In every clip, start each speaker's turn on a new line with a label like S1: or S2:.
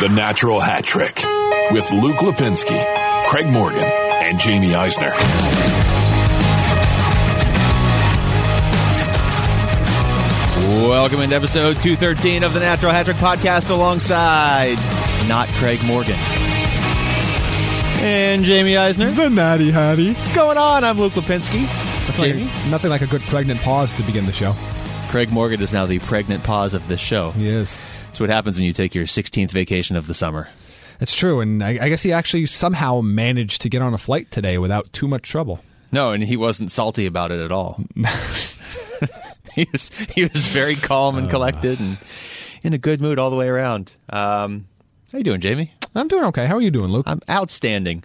S1: The Natural Hat Trick with Luke Lipinski, Craig Morgan, and Jamie Eisner.
S2: Welcome into episode 213 of the Natural Hat Trick Podcast alongside not Craig Morgan. And Jamie Eisner.
S3: The Natty Hattie.
S2: What's going on? I'm Luke Lipinski. Jamie.
S3: Nothing like a good pregnant pause to begin the show.
S2: Craig Morgan is now the pregnant pause of this show.
S3: He is.
S2: That's what happens when you take your 16th vacation of the summer.
S3: That's true, and I, I guess he actually somehow managed to get on a flight today without too much trouble.
S2: No, and he wasn't salty about it at all. he was he was very calm and collected and in a good mood all the way around. Um, how you doing, Jamie?
S3: I'm doing okay. How are you doing, Luke?
S2: I'm outstanding.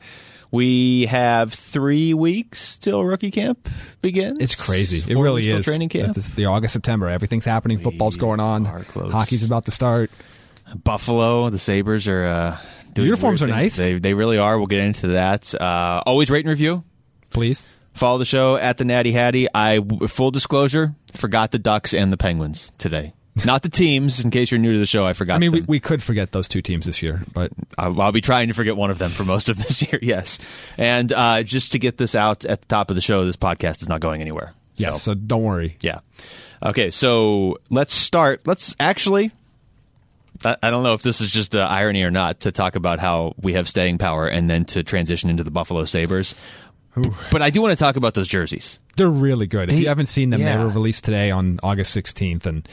S2: We have three weeks till rookie camp begins.
S3: it's crazy. It
S2: Four
S3: really
S2: weeks till
S3: is.
S2: Training camp.
S3: It's the August, September. Everything's happening. Football's going on.
S2: are close.
S3: Hockey's about to start.
S2: Buffalo. The Sabers are uh, doing
S3: Uniforms
S2: weird
S3: are
S2: things.
S3: nice.
S2: They they really are. We'll get into that. Uh, always rate and review.
S3: Please.
S2: Follow the show at the Natty Hattie. I full disclosure forgot the Ducks and the Penguins today. Not the teams. In case you're new to the show, I forgot.
S3: I mean, we,
S2: them.
S3: we could forget those two teams this year, but
S2: I'll, I'll be trying to forget one of them for most of this year. Yes, and uh, just to get this out at the top of the show, this podcast is not going anywhere.
S3: yeah,
S2: So,
S3: so don't worry.
S2: yeah. Okay, so let's start. Let's actually. I I don't know if this is just uh, irony or not to talk about how we have staying power and then to transition into the Buffalo Sabres. But I do want to talk about those jerseys.
S3: They're really good. if you haven't seen them,
S2: yeah.
S3: they were released today on August 16th, and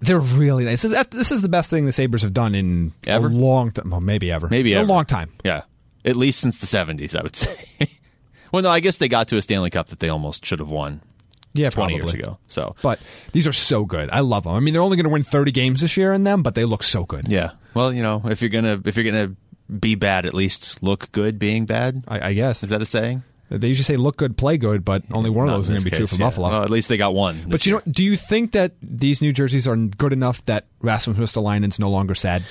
S3: they're really nice. This is- This is the best thing the Sabres have done in
S2: Ever?
S3: a long time. Well, maybe ever.
S2: Maybe
S3: a
S2: ever.
S3: long time.
S2: Yeah. At least since the 70s, I would say. well, no, I guess they got to a Stanley Cup that they almost should have won
S3: Yeah,
S2: 20
S3: probably.
S2: years ago. So,
S3: But these are so good. I love them. I mean, they're only going to win 30 games this year in them, but they look so good.
S2: Yeah. Well, you know, if you're gonna if you're gonna be bad, at least look good being bad.
S3: I, I guess
S2: Is that a saying?
S3: they usually say look good, play good, but only one of
S2: Not
S3: those is
S2: in
S3: going to
S2: this
S3: be true
S2: case,
S3: for
S2: yeah. Oh,
S3: Buffalo.
S2: Well, at least they got one.
S3: but you know, do you think that these new jerseys are good enough that Rasmus Ristolainen's no longer sad?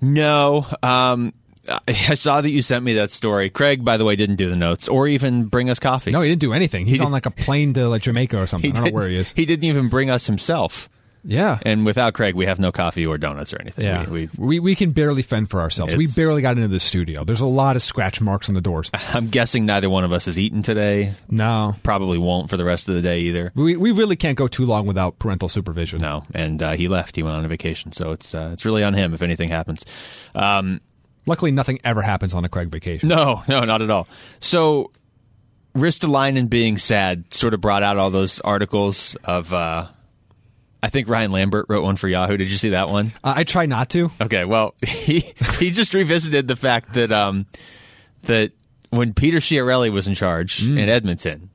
S2: know, no. Um, I I saw that you sent me that story. Craig, by the way, didn't do the notes or even bring us coffee.
S3: No, he didn't do anything. He's
S2: He-
S3: on like a plane to like Jamaica or something. I don't know
S2: didn't-
S3: where he is.
S2: He didn't even bring us himself.
S3: Yeah.
S2: And without Craig, we have no coffee or donuts or anything.
S3: Yeah,
S2: We,
S3: we,
S2: we,
S3: we, can barely fend for ourselves. We
S2: It's- Ah.
S3: barely got into the studio. There's a lot of scratch marks on the doors.
S2: I'm guessing neither one of us has eaten today.
S3: No,
S2: Probably won't for the rest of the day either.
S3: we, we really can't go too long without parental supervision.
S2: No, and uh, he left. He went on a vacation, so it's uh, it's really on him if anything happens. Um,
S3: Luckily, nothing ever happens on a Craig vacation.
S2: No, no, not at all. So Ristolainen being sad sort of brought out all those articles of. Uh, I think Ryan Lambert wrote one for Yahoo. Did you see that one?
S3: Uh, I try not to.
S2: Okay, well he he just revisited the fact that um that when Peter Chiarelli was in charge in Edmonton,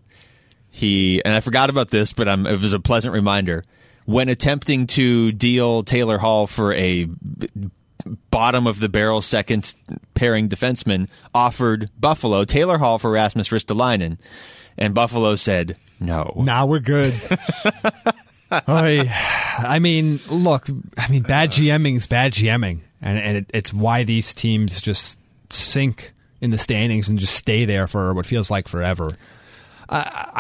S2: he and I forgot about this, but um, it was a pleasant reminder when attempting to deal Taylor Hall for a b- bottom of the barrel second pairing defenseman offered Buffalo Taylor Hall for Rasmus Ristolainen, and Buffalo said no.
S3: Now we're good. I, I mean, look, I mean, bad
S2: Uh.
S3: GMing's bad GMing, and and it, it's why these teams just sink in the standings and just stay there for what feels like forever. I,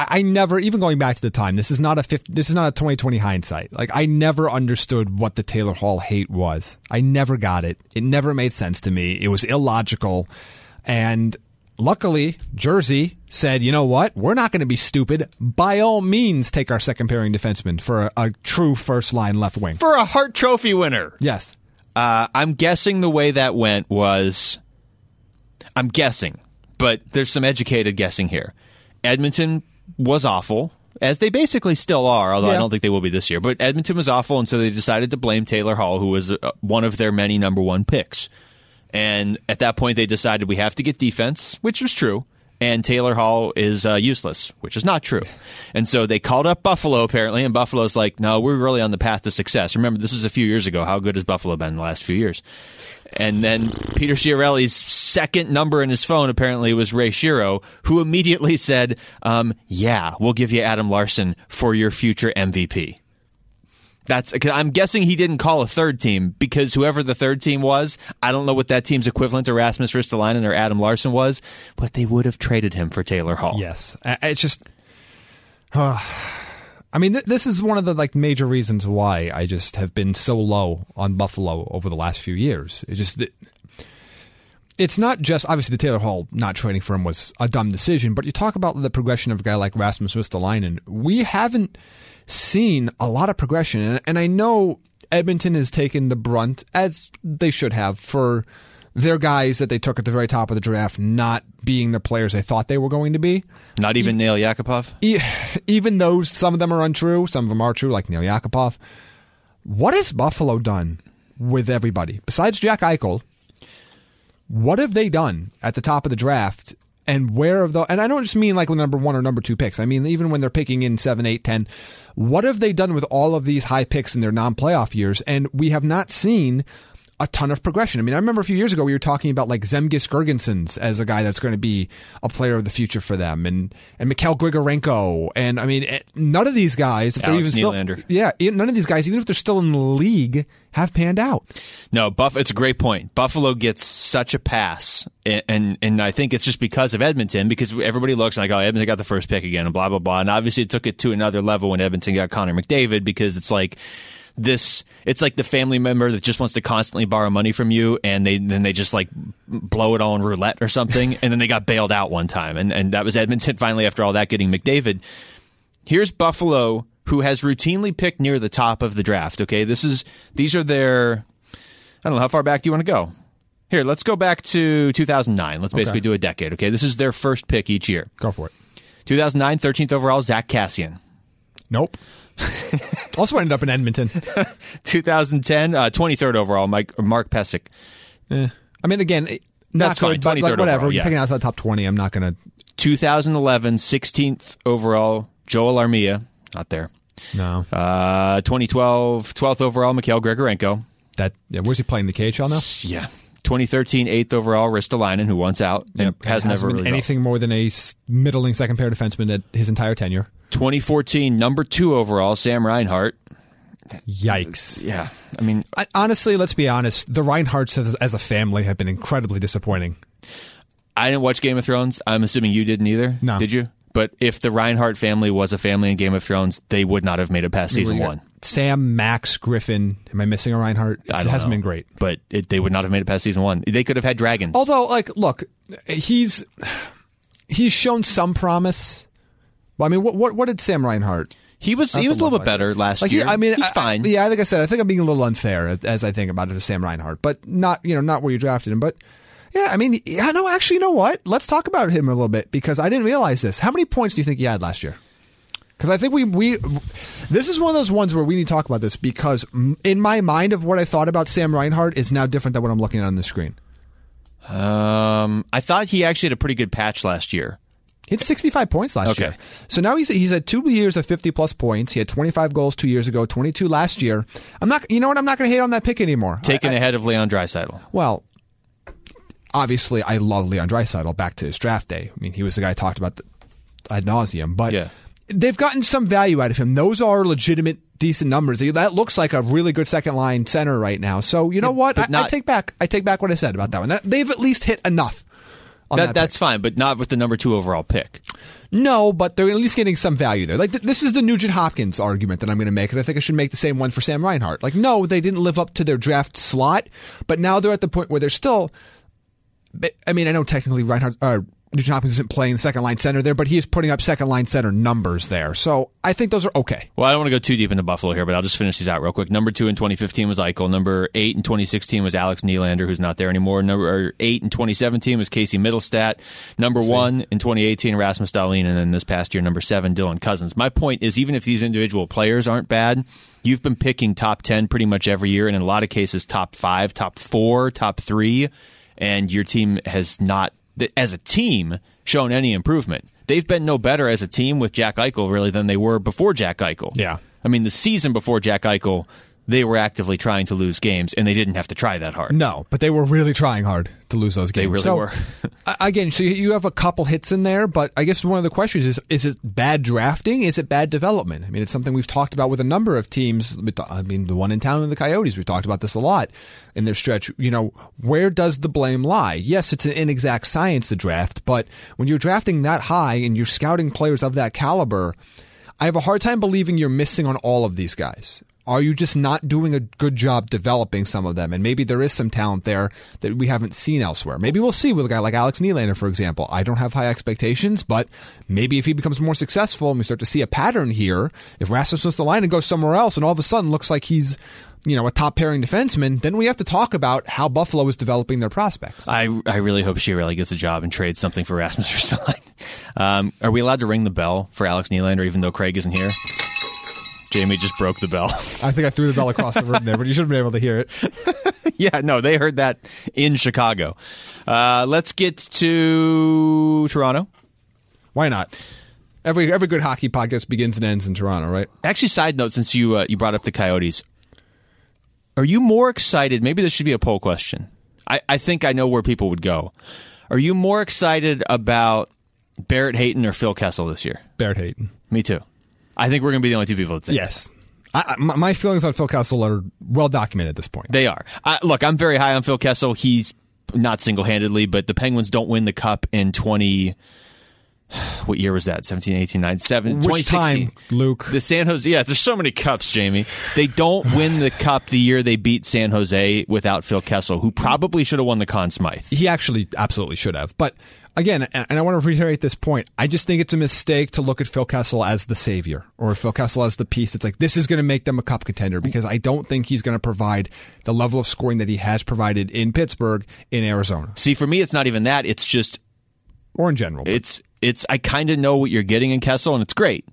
S3: I I never, even going back to the time, this is not a 50, this is not a twenty twenty hindsight. Like I never understood what the Taylor Hall hate was. I never got it. It never made sense to me. It was illogical, and luckily Jersey said, you know what, we're not going to be stupid. By all means, take our second pairing defenseman for a, a true first line left wing.
S2: For a Hart Trophy winner,
S3: Yes.
S2: Uh, I'm guessing the way that went was, I'm guessing, but there's some educated guessing here. Edmonton was awful, as they basically still are, although I
S3: Yeah.
S2: don't think they will be this year. But Edmonton was awful, and so they decided to blame Taylor Hall, who was uh, one of their many number one picks. And at that point, they decided we have to get defense, which was true. And Taylor Hall is uh, useless, which is not true. And so they called up Buffalo, apparently. And Buffalo's like, no, we're really on the path to success. Remember, this was a few years ago. How good has Buffalo been in the last few years? And then Peter Chiarelli's second number in his phone apparently was Ray Shiro, who immediately said, um, yeah, we'll give you Adam Larson for your future MVP. That's cause I'm guessing he didn't call a third team because whoever the third team was, I don't know what that team's equivalent to Rasmus Ristolainen or Adam Larson was, but they would have traded him for Taylor Hall.
S3: Yes, I- it's just. uh, I mean, th- this is one of the like major reasons why I just have been so low on Buffalo over the last few years. It just. It, it's not just obviously the Taylor Hall not trading for him was a dumb decision, but you talk about the progression of a guy like Rasmus Ristolainen. We haven't seen a lot of progression, and, and I know Edmonton has taken the brunt as they should have for their guys that they took at the very top of the draft not being the players they thought they were going to be
S2: Not even Neil Yakupov.
S3: e- even though some of them are untrue, some of them are true, like Neil Yakupov. What has Buffalo done with everybody besides Jack Eichel? What have they done at the top of the draft? And where have the and I don't just mean like with number one or number two picks. I mean even when they're picking in seven, eight, ten, what have they done with all of these high picks in their non-playoff years? And we have not seen a ton of progression. I mean, I remember a few years ago we were talking about like Zemgus Gergensons as a guy that's going to be a player of the future for them, and and Mikhail Grigorenko, and I mean eh, none of these guys, if they're even
S2: Alex
S3: still,
S2: Nylander.
S3: yeah, e- none of these guys, even if they're still in the league, have panned out.
S2: No, Buff. It's a great point. Buffalo gets such a pass, and and, and I think it's just because of Edmonton. Because everybody looks like, oh, Edmonton got the first pick again, and blah blah blah. And obviously, it took it to another level when Edmonton got Connor McDavid, because it's like this. It's like the family member that just wants to constantly borrow money from you, and they then they just like blow it all in roulette or something, and then they got bailed out one time, and and that was Edmonton finally after all that getting McDavid here's Buffalo, who has routinely picked near the top of the draft. Okay, this is these are their. I don't know how far back do you want to go. Here, let's go back to 2009. Let's basically do a decade. Okay, this is their first pick each year.
S3: Go for it.
S2: 2009, 13th overall, Zach Cassian.
S3: Nope. also ended up in Edmonton.
S2: 2010, uh, 23rd overall, Mike Mark Pesic.
S3: I mean, again, eh, not
S2: That's fine,
S3: good, but
S2: 23rd
S3: like whatever.
S2: overall,
S3: You're
S2: yeah.
S3: picking outside the top twenty. I'm not going to.
S2: 2011, 16th overall, Joel Armia. Not there.
S3: No,
S2: Uh, 2012, 12th overall, Mikhail Gregorenko.
S3: that yeah, where's he playing the KHL now?
S2: Yeah. 2013, 8th overall, Ristolainen, who wants out and has never
S3: Hasn't been
S2: really gone.
S3: anything more than a s- middling second pair defenseman at his entire tenure.
S2: 2014, number two overall, Sam Reinhart.
S3: Yikes!
S2: Yeah, I mean,
S3: I, honestly, let's be honest. The Reinhardts as, as a family have been incredibly disappointing.
S2: I didn't watch Game of Thrones. I'm assuming you didn't either.
S3: No.
S2: did you? But if the Reinhart family was a family in Game of Thrones, they would not have made it past season one.
S3: Sam, Max, Griffin. Am I missing a Reinhardt? It
S2: I don't
S3: hasn't
S2: know.
S3: been great.
S2: but it, they would not have made it past season one. They could have had dragons.
S3: Although, like, look, he's he's shown some promise. Well, I mean, what what, what did Sam Reinhart?
S2: he was he was a little bit better last
S3: Like, he-
S2: year.
S3: I mean,
S2: he's
S3: I-
S2: fine.
S3: I, yeah, like I said, I think I'm being a little unfair as, as I think about it to Sam Reinhart, but not you know not where you drafted him, but. Yeah, I mean, yeah, no, actually, you know what? Let's talk about him a little bit because I didn't realize this. How many points do you think he had last year? Because I think we we this is one of those ones where we need to talk about this because mm, in my mind of what I thought about Sam Reinhart is now different than what I'm looking at on the screen.
S2: Um, I thought he actually had a pretty good patch last year.
S3: He had 65 points last
S2: Okay.
S3: year. So now he's he's had two years of 50 plus points. He had 25 goals two years ago, 22 last year. I'm not, you know what? I'm not going to hate on that pick anymore.
S2: Taken
S3: I- I-
S2: ahead of Leon Dreisaitl.
S3: well, obviously, I love Leon Dreisaitl back to his draft day. I mean, he was the guy I talked about the, ad nauseum, but
S2: Yeah.
S3: they've gotten some value out of him. Those are legitimate, decent numbers. That looks like a really good second line center right now. So you know what? I,
S2: but not-
S3: I take back. I take back what I said about that one. That, they've at least hit enough. On that,
S2: That,
S3: pick.
S2: that's fine, but not with the number two overall pick.
S3: No, but they're at least getting some value there. Like th- this is the Nugent Hopkins argument that I'm going to make, and I think I should make the same one for Sam Reinhart. Like, no, they didn't live up to their draft slot, but now they're at the point where they're still. I mean, I know technically Reinhart uh, Nugent Hopkins isn't playing second line center there, but he is putting up second line center numbers there. So I think those are okay.
S2: Well, I don't want to go too deep into Buffalo here, but I'll just finish these out real quick. Number two in 2015 was Eichel. Number eight in 2016 was Alex Nylander, who's not there anymore. Number eight in 2017 was Casey Middlestat. Number one in 2018, Rasmus Dahlin. And then this past year, number seven, Dylan Cousins. My point is, even if these individual players aren't bad, you've been picking top 10 pretty much every year, and in a lot of cases, top five, top four, top three. And your team has not, th- as a team, shown any improvement. They've been no better as a team with Jack Eichel, really, than they were before Jack Eichel.
S3: Yeah.
S2: I mean, the season before Jack Eichel, they were actively trying to lose games, and they didn't have to try that hard.
S3: No, but they were really trying hard to lose those games.
S2: really
S3: So,
S2: were.
S3: a- again, so you have a couple hits in there, but I guess one of the questions is: Is it bad drafting? Is it bad development? I mean, it's something we've talked about with a number of teams. We ta- I mean, the one in town and the Coyotes. We've talked about this a lot in their stretch. You know, where does the blame lie? Yes, it's an inexact science, the draft, but when you're drafting that high and you're scouting players of that caliber, I have a hard time believing you're missing on all of these guys. Are you just not doing a good job developing some of them? And maybe there is some talent there that we haven't seen elsewhere. Maybe we'll see with a guy like Alex Nylander, for example. I don't have high expectations, but maybe if he becomes more successful and we start to see a pattern here, if Rasmus the line and goes somewhere else and all of a sudden looks like he's, you know, a top pairing defenseman, then we have to talk about how Buffalo is developing their prospects.
S2: I, I really hope Chiarelli gets a job and trades something for Rasmus Ristolainen. Um, are we allowed to ring the bell for Alex Nylander, even though Craig isn't here? Jamie just broke the bell.
S3: I think I threw the bell across the room there, but you should have been able to hear it.
S2: yeah, no, they heard that in Chicago. Uh, let's get to Toronto.
S3: Why not? Every every good hockey podcast begins and ends in Toronto, right?
S2: Actually, side note, since you uh, you brought up the Coyotes, are you more excited? Maybe this should be a poll question. I, I think I know where people would go. Are you more excited about Barrett Hayton or Phil Kessel this year?
S3: Barrett Hayton.
S2: Me too. I think we're going to be the only two people that say
S3: Yes. I, I, my my feelings on Phil Kessel are well documented at this point.
S2: They are. I, look, I'm very high on Phil Kessel. He's not single handedly, but the Penguins don't win the cup in 20. What year was that? 17, 18, 9, 7,
S3: Which
S2: 2016.
S3: time, Luke?
S2: The San Jose, yeah, there's so many cups, Jamie. They don't win the cup the year they beat San Jose without Phil Kessel, who probably should have won the Conn Smythe.
S3: he actually absolutely should have. But again, and and I want to reiterate this point, I just think it's a mistake to look at Phil Kessel as the savior or Phil Kessel as the piece that's like, this is going to make them a cup contender because I don't think he's going to provide the level of scoring that he has provided in Pittsburgh, in Arizona,
S2: See, for me, it's not even that. It's just
S3: or in general.
S2: it's it's I kind of know what you're getting in Kessel, and it's great,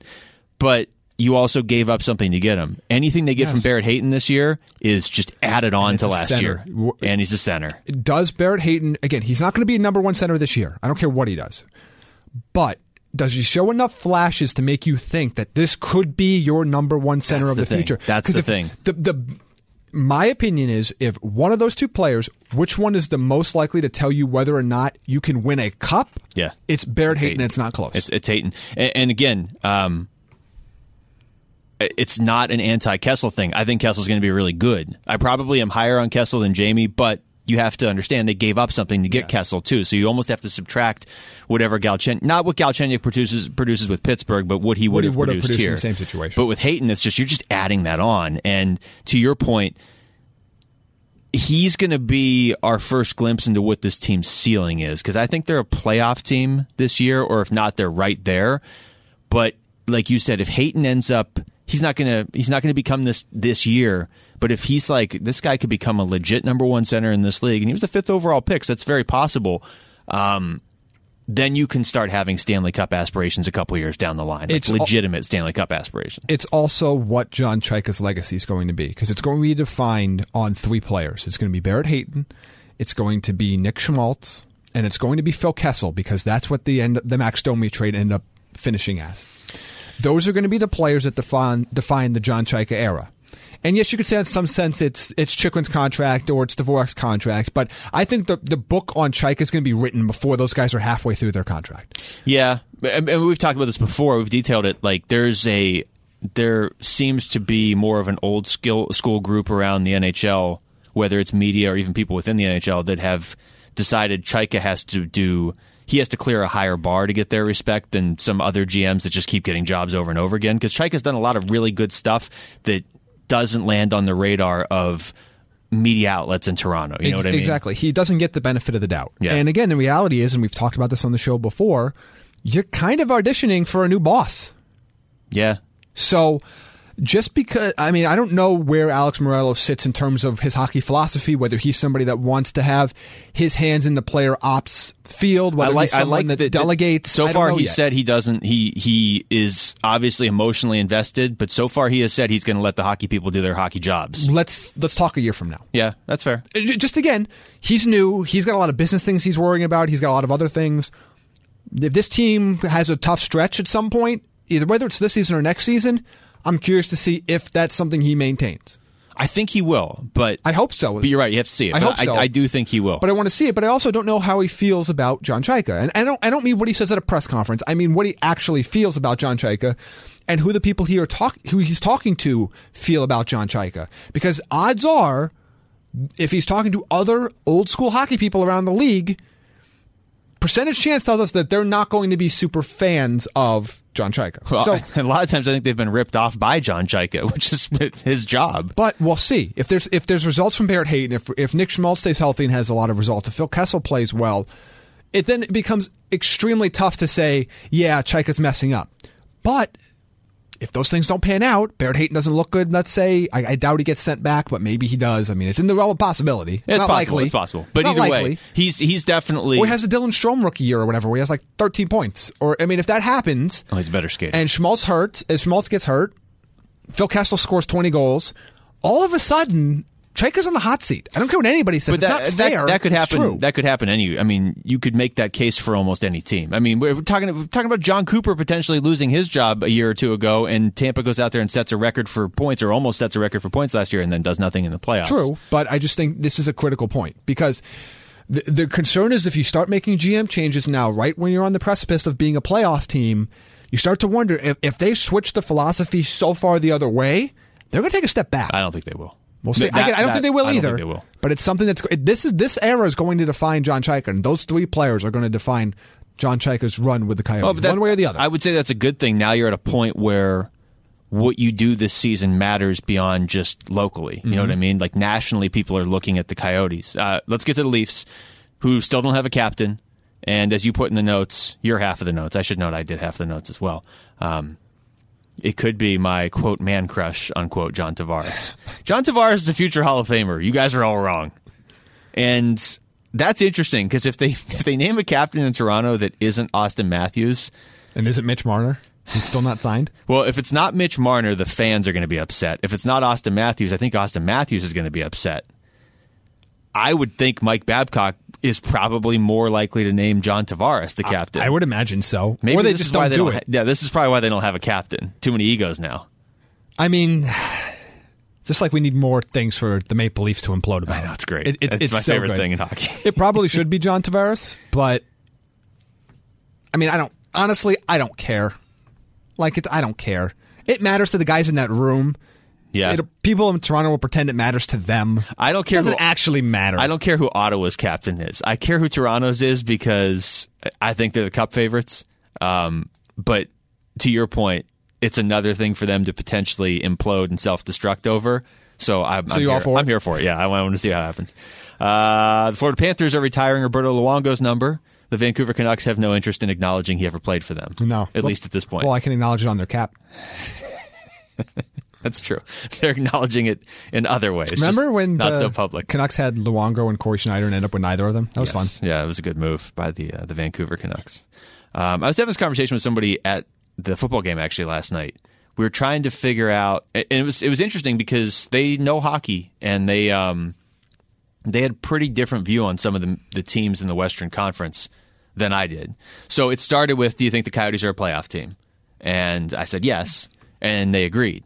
S2: but you also gave up something to get him. Anything they get from Barrett Hayton this year is just added on
S3: it's
S2: to
S3: a
S2: last
S3: center.
S2: year, and he's a center.
S3: does Barrett Hayton again? He's not going to be a number one center this year. I don't care what he does, but does he show enough flashes to make you think that this could be your number one center
S2: That's
S3: of
S2: the
S3: the,
S2: thing.
S3: future?
S2: That's
S3: 'Cause
S2: the
S3: if
S2: thing.
S3: The the my opinion is if one of those two players, which one is the most likely to tell you whether or not you can win a cup?
S2: Yeah.
S3: it's Barrett Hayton.
S2: Hayton.
S3: It's not close.
S2: It's it's Hayton, and, and again, um, it- it's not an anti Kessel thing. I think Kessel's going to be really good. I probably am higher on Kessel than Jamie, but. You have to understand they gave up something to get Kessel too, so you almost have to subtract whatever Galchenyuk, not what Galchenyuk produces produces with Pittsburgh, but what he would
S3: he
S2: have
S3: would have
S2: produced,
S3: produced in
S2: here.
S3: the same situation.
S2: But with Hayton, it's just you're just adding that on, and to your point, he's going to be our first glimpse into what this team's ceiling is because I think they're a playoff team this year, or if not, they're right there. But like you said, if Hayton ends up, he's not going to he's not going to become this this year. But if he's like this guy could become a legit number one center in this league, and he was the fifth overall pick, so that's very possible. Um, then you can start having Stanley Cup aspirations a couple years down the line. Like
S3: It's al-
S2: legitimate Stanley Cup aspirations.
S3: it's also what John Chaika's legacy is going to be because it's going to be defined on three players. It's going to be Barrett Hayton, it's going to be Nick Schmaltz, and it's going to be Phil Kessel because that's what the end the Max Domi trade ended up finishing as. Those are going to be the players that define define the John Chaika era. And yes, you could say in some sense it's it's Chikrin's contract or it's Dvorak's contract, but I think the the book on Chaika is going to be written before those guys are halfway through their contract.
S2: Yeah, and, and we've talked about this before. We've detailed it. Like there's a there seems to be more of an old skill school group around the NHL, whether it's media or even people within the NHL that have decided Chaika has to do. He has to clear a higher bar to get their respect than some other GMs that just keep getting jobs over and over again. Because Chaika's done a lot of really good stuff that doesn't land on the radar of media outlets in Toronto. You know
S3: Ex-
S2: what I mean?
S3: Exactly. He doesn't get the benefit of the doubt.
S2: Yeah.
S3: And again, the reality is, and we've talked about this on the show before, you're kind of auditioning for a new boss.
S2: Yeah.
S3: So just because I mean I don't know where Alex Morello sits in terms of his hockey philosophy, whether he's somebody that wants to have his hands in the player ops field, whether
S2: I like
S3: he's someone
S2: I like
S3: that,
S2: that-
S3: delegates.
S2: So
S3: I don't
S2: far,
S3: know
S2: he
S3: yet.
S2: said he doesn't. He he is obviously emotionally invested, but so far he has said he's going to let the hockey people do their hockey jobs.
S3: "Let's let's talk a year from now."
S2: Yeah, that's fair.
S3: Uh, j- Just again, he's new. He's got a lot of business things he's worrying about. He's got a lot of other things. If this team has a tough stretch at some point, either whether it's this season or next season, I'm curious to see if that's something he maintains.
S2: I think he will, but
S3: I hope so.
S2: But you're right. You have to see it.
S3: I
S2: But
S3: hope so.
S2: I, do think he will.
S3: but I want to see it. But I also don't know how he feels about John Chaika, and I don't. I don't mean what he says at a press conference. I mean what he actually feels about John Chaika, and who the people he are talk, who he's talking to feel about John Chaika. Because odds are, if he's talking to other old school hockey people around the league, percentage chance tells us that they're not going to be super fans of John Chaika.
S2: Well, a
S3: so
S2: lot of times I think they've been ripped off by John Chaika, which is his job.
S3: But we'll see if there's if there's results from Barrett Hayton. If if Nick Schmaltz stays healthy and has a lot of results, if Phil Kessel plays well, it then becomes extremely tough to say, yeah, Chaika's messing up. But if those things don't pan out, Barrett Hayton doesn't look good. Let's say I, I doubt he gets sent back, but maybe he does. I mean, it's in the realm of possibility.
S2: It's
S3: not
S2: possible.
S3: likely.
S2: It's possible. But
S3: Not
S2: either
S3: likely.
S2: way, he's he's definitely.
S3: or he has a Dylan Strom rookie year or whatever, where he has like 13 points. Or I mean, if that happens,
S2: oh, he's a better skater.
S3: and Schmaltz hurts. As Schmaltz gets hurt, Phil Kessel scores 20 goes. All of a sudden, Chaika's on the hot seat. I don't care what anybody says.
S2: but that,
S3: it's not
S2: that-
S3: fair.
S2: that could
S3: It's
S2: happen.
S3: true.
S2: That could happen any. I mean, you could make that case for almost any team. I mean, we're we're talking we're talking about John Cooper potentially losing his job a year or two ago, and Tampa goes out there and sets a record for points, or almost sets a record for points last year, and then does nothing in the playoffs.
S3: True, but I just think this is a critical point because the, the concern is if you start making GM changes now, right when you're on the precipice of being a playoff team, you start to wonder if, if they switch the philosophy so far the other way, they're going to take a step back.
S2: I don't think they will.
S3: We'll see.
S2: Th-
S3: I,
S2: that-
S3: I don't
S2: that-
S3: think they will
S2: I don't
S3: either.
S2: think they will.
S3: But it's something that's it- this is this era is going to define John Chaika, and those three players are going to define John Chaika's run with the Coyotes,
S2: Oh, but that-
S3: one way or the other.
S2: I would say that's a good thing. Now you're at a point where what you do this season matters beyond just locally. You
S3: Mm-hmm.
S2: know what I mean? Like nationally, people are looking at the Coyotes. Uh, let's get to the Leafs, who still don't have a captain. And as you put in the notes, you're half of the notes. I should note I did half the notes as well. Um, it could be my quote man crush unquote John Tavares. John Tavares is a future Hall of Famer. You guys are all wrong, and that's interesting because if they if they name a captain in Toronto that isn't Austin Matthews,
S3: and is it Mitch Marner? He's still not signed.
S2: well, if it's not Mitch Marner, the fans are going to be upset. If it's not Austin Matthews, I think Austin Matthews is going to be upset. I would think Mike Babcock is probably more likely to name John Tavares the captain.
S3: I would imagine so.
S2: Maybe
S3: or they
S2: this
S3: just
S2: is why
S3: don't
S2: they
S3: do
S2: don't
S3: it.
S2: ha- yeah, this is probably why they don't have a captain. Too many egos now.
S3: I mean, just like we need more things for the Maple Leafs to implode about.
S2: I know, it's great.
S3: It, it's,
S2: It's my
S3: so
S2: favorite
S3: good.
S2: thing in hockey.
S3: it probably should be John Tavares, but I mean, I don't honestly. I don't care. Like it's, I don't care. It matters to the guys in that room.
S2: Yeah,
S3: It'll- people in Toronto will pretend it matters to them.
S2: I don't care
S3: It doesn't
S2: who-
S3: actually matter.
S2: I don't care who Ottawa's captain is. I care who Toronto's is because I think they're the cup favorites. Um, but to your point, it's another thing for them to potentially implode and self destruct over. So I'm,
S3: So
S2: I'm
S3: you
S2: here.
S3: all for it?
S2: I'm here for it. Yeah, I want, I want to see how it happens. Uh, the Florida Panthers are retiring Roberto Luongo's number. The Vancouver Canucks have no interest in acknowledging he ever played for them.
S3: No,
S2: at least at this point.
S3: Well, I can acknowledge it on their cap.
S2: That's true. They're acknowledging it in other ways. just
S3: Remember when
S2: not
S3: the
S2: so public.
S3: Canucks had Luongo and Corey Schneider and end up with neither of them? That was
S2: Yes.
S3: fun.
S2: Yeah, it was a good move by the uh, the Vancouver Canucks. Um, I was having this conversation with somebody at the football game actually last night. We were trying to figure out, and it was it was interesting because they know hockey and they um, they had a pretty different view on some of the the teams in the Western Conference than I did. So it started with, "Do you think the Coyotes are a playoff team?" And I said yes, and they agreed.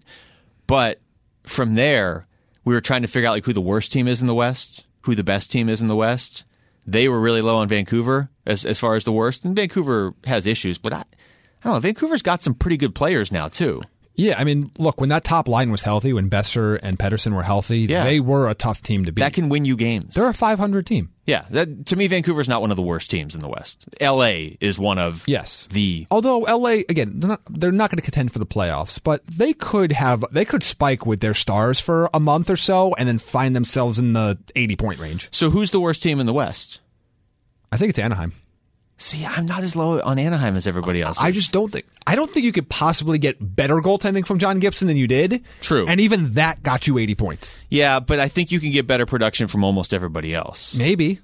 S2: But from there, we were trying to figure out like who the worst team is in the West, who the best team is in the West. They were really low on Vancouver as as far as the worst, and Vancouver has issues, but I, I don't know. Vancouver's got some pretty good players now too.
S3: Yeah, I mean, look, when that top line was healthy, when Besser and Pedersen were healthy,
S2: Yeah.
S3: they were a tough team to beat.
S2: That can win you games.
S3: They're a 500 team.
S2: yeah, that, to me, Vancouver's not one of the worst teams in the West. L.A. is one of
S3: Yes.
S2: the
S3: Although LA again, they're not, they're not going to contend for the playoffs, but they could have they could spike with their stars for a month or so and then find themselves in the 80 point range.
S2: So who's the worst team in the West?
S3: I think it's Anaheim.
S2: See, I'm not as low on Anaheim as everybody else.
S3: I
S2: is.
S3: just don't think I don't think you could possibly get better goaltending from John Gibson than you did.
S2: True.
S3: And even that got you 80 points.
S2: yeah, but I think you can get better production from almost everybody else.
S3: Maybe.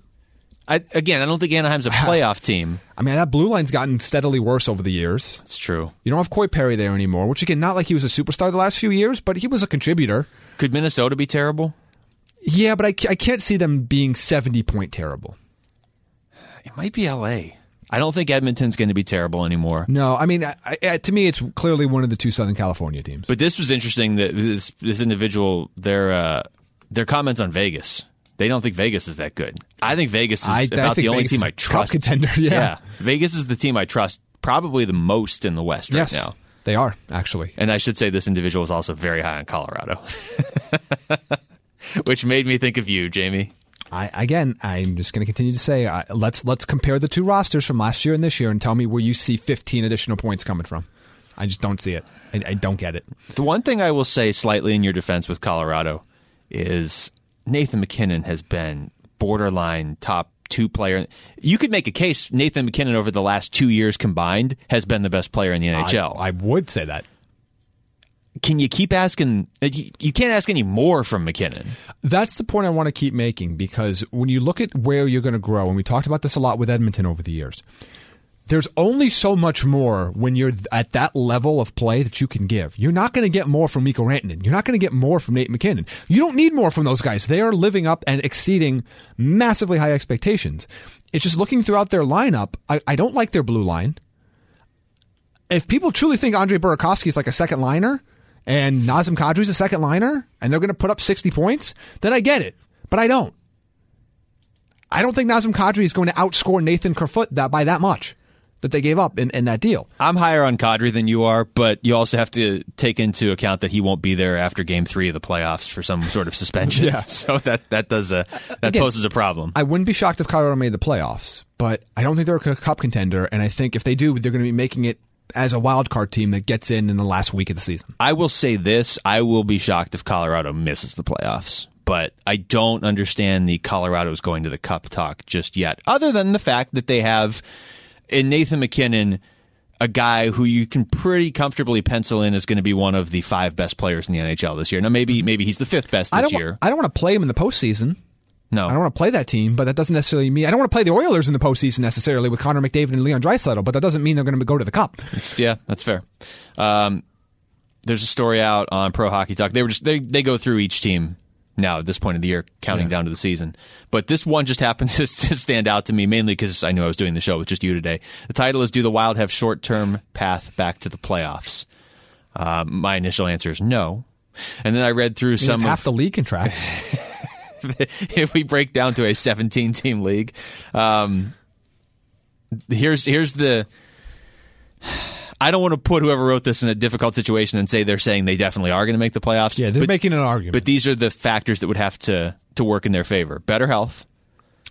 S2: I, again, I don't think Anaheim's a playoff team.
S3: I mean, that blue line's gotten steadily worse over the years.
S2: It's true.
S3: You don't have Coy Perry there anymore, which again, not like he was a superstar the last few years, but he was a contributor.
S2: Could Minnesota be terrible?
S3: Yeah, but I, ca- I can't see them being 70 point terrible.
S2: It might be L.A. I don't think Edmonton's going to be terrible anymore.
S3: No, I mean, I, I, to me, it's clearly one of the two Southern California teams.
S2: But this was interesting that this this individual their uh, their comments on Vegas. They don't think Vegas is that good. I think Vegas is
S3: I- I
S2: about
S3: think
S2: the only
S3: Vegas
S2: team
S3: is
S2: I
S3: a top
S2: trust.
S3: contender, yeah.
S2: Vegas is the team I trust probably the most in the West right
S3: yes,
S2: now.
S3: they are actually.
S2: And I should say this individual is also very high on Colorado, which made me think of you, Jamie.
S3: I again, I'm just going to continue to say, I, let's let's compare the two rosters from last year and this year, and tell me where you see 15 additional points coming from. I just don't see it. I, I don't get it.
S2: The one thing I will say slightly in your defense with Colorado is Nathan McKinnon has been borderline top two player. You could make a case Nathan McKinnon over the last two years combined has been the best player in the NHL.
S3: I, I would say that.
S2: Can you keep asking? You you can't ask any more from McKinnon.
S3: That's the point I want to keep making because when you look at where you're going to grow, and we talked about this a lot with Edmonton over the years, there's only so much more when you're th- at that level of play that you can give. You're not going to get more from Miko Rantanen. You're not going to get more from Nate McKinnon. You don't need more from those guys. They are living up and exceeding massively high expectations. It's just looking throughout their lineup. I, I don't like their blue line. If people truly think Andre Burakovsky is like a second liner and Nazem Kadri's a second liner and they're going to put up 60 points, then I get it. But I don't. I don't think Nazem Kadri is going to outscore Nathan Kerfoot that by that much that they gave up in, in that deal.
S2: I'm higher on Kadri than you are, but you also have to take into account that he won't be there after Game Three of the playoffs for some sort of suspension.
S3: Yeah.
S2: so that that does a that
S3: Again,
S2: poses a problem.
S3: I wouldn't be shocked if Colorado made the playoffs, but I don't think they're a cup contender. And I think if they do, they're going to be making it as a wild card team that gets in in the last week of the season.
S2: I will say this: I will be shocked if Colorado misses the playoffs. But I don't understand the Colorado's going to the Cup talk just yet. Other than the fact that they have in Nathan McKinnon a guy who you can pretty comfortably pencil in is going to be one of the five best players in the NHL this year. Now maybe maybe he's the fifth best this
S3: I don't. wa-
S2: year.
S3: I don't want to play them in the postseason.
S2: no,
S3: I don't want to play that team, but that doesn't necessarily mean I don't want to play the Oilers in the postseason necessarily with Connor McDavid and Leon Draisaitl. But that doesn't mean they're going to go to the Cup.
S2: Yeah, that's fair. Um, there's a story out on Pro Hockey Talk. They were just they they go through each team now at this point of the year, counting down to the season. But this one just happened to, to stand out to me mainly because I knew I was doing the show with just you today. The title is "Do the Wild have short term path back to the playoffs?" Um, my initial answer is no, and then I read through
S3: I mean,
S2: some
S3: if
S2: of
S3: half the league contract.
S2: if we break down to a 17 team league. Um, here's here's the. I don't want to put whoever wrote this in a difficult situation and say they're saying they definitely are going to make the playoffs.
S3: Yeah, they're
S2: but,
S3: making an argument.
S2: but these are the factors that would have to to work in their favor. Better health.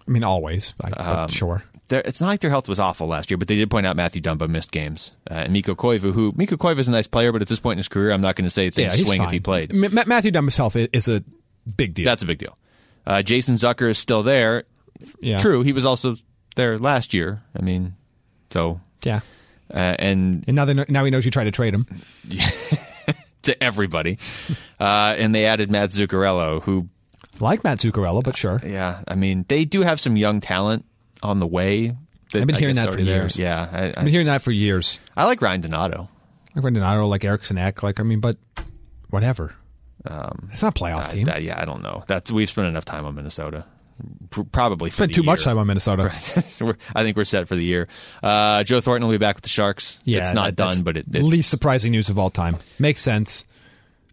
S3: I mean, always. I,
S2: um,
S3: but sure.
S2: They're- it's not like their health was awful last year, but they did point out Matthew Dumba missed games uh, and Miko Koivu, who Miko Koivu is a nice player, but at this point in his career, I'm not going to say things
S3: he's
S2: swing if
S3: fine.
S2: he played.
S3: Ma- Ma- Matthew Dumbas health i- is a big deal.
S2: That's a big deal. Uh, Jason Zucker is still there.
S3: Yeah.
S2: True, he was also there last year. I mean, so
S3: yeah.
S2: uh, and
S3: And now they know, now he knows you try to trade him.
S2: to everybody, uh, and they added Matt Zuccarello, who
S3: Like Matt Zuccarello, but sure.
S2: yeah, I mean they do have some young talent on the way. that
S3: I've been
S2: I
S3: hearing
S2: guess
S3: that for
S2: already there.
S3: years.
S2: Yeah, I, I,
S3: I've been hearing that for years.
S2: I like Ryan Donato.
S3: Like Brendan Iro, like Erickson Eck, like I mean, but whatever. it's not a playoff
S2: Um, I,
S3: team.
S2: I- yeah, I don't know. That's we've spent enough time on Minnesota. P- Probably for
S3: Spent
S2: the
S3: too much
S2: year.
S3: time on Minnesota.
S2: We're- I think we're set for the year. Uh, Joe Thornton will be back with the Sharks.
S3: Yeah,
S2: it's not
S3: that- that's
S2: done, but it, it's
S3: least surprising news of all time. Makes sense.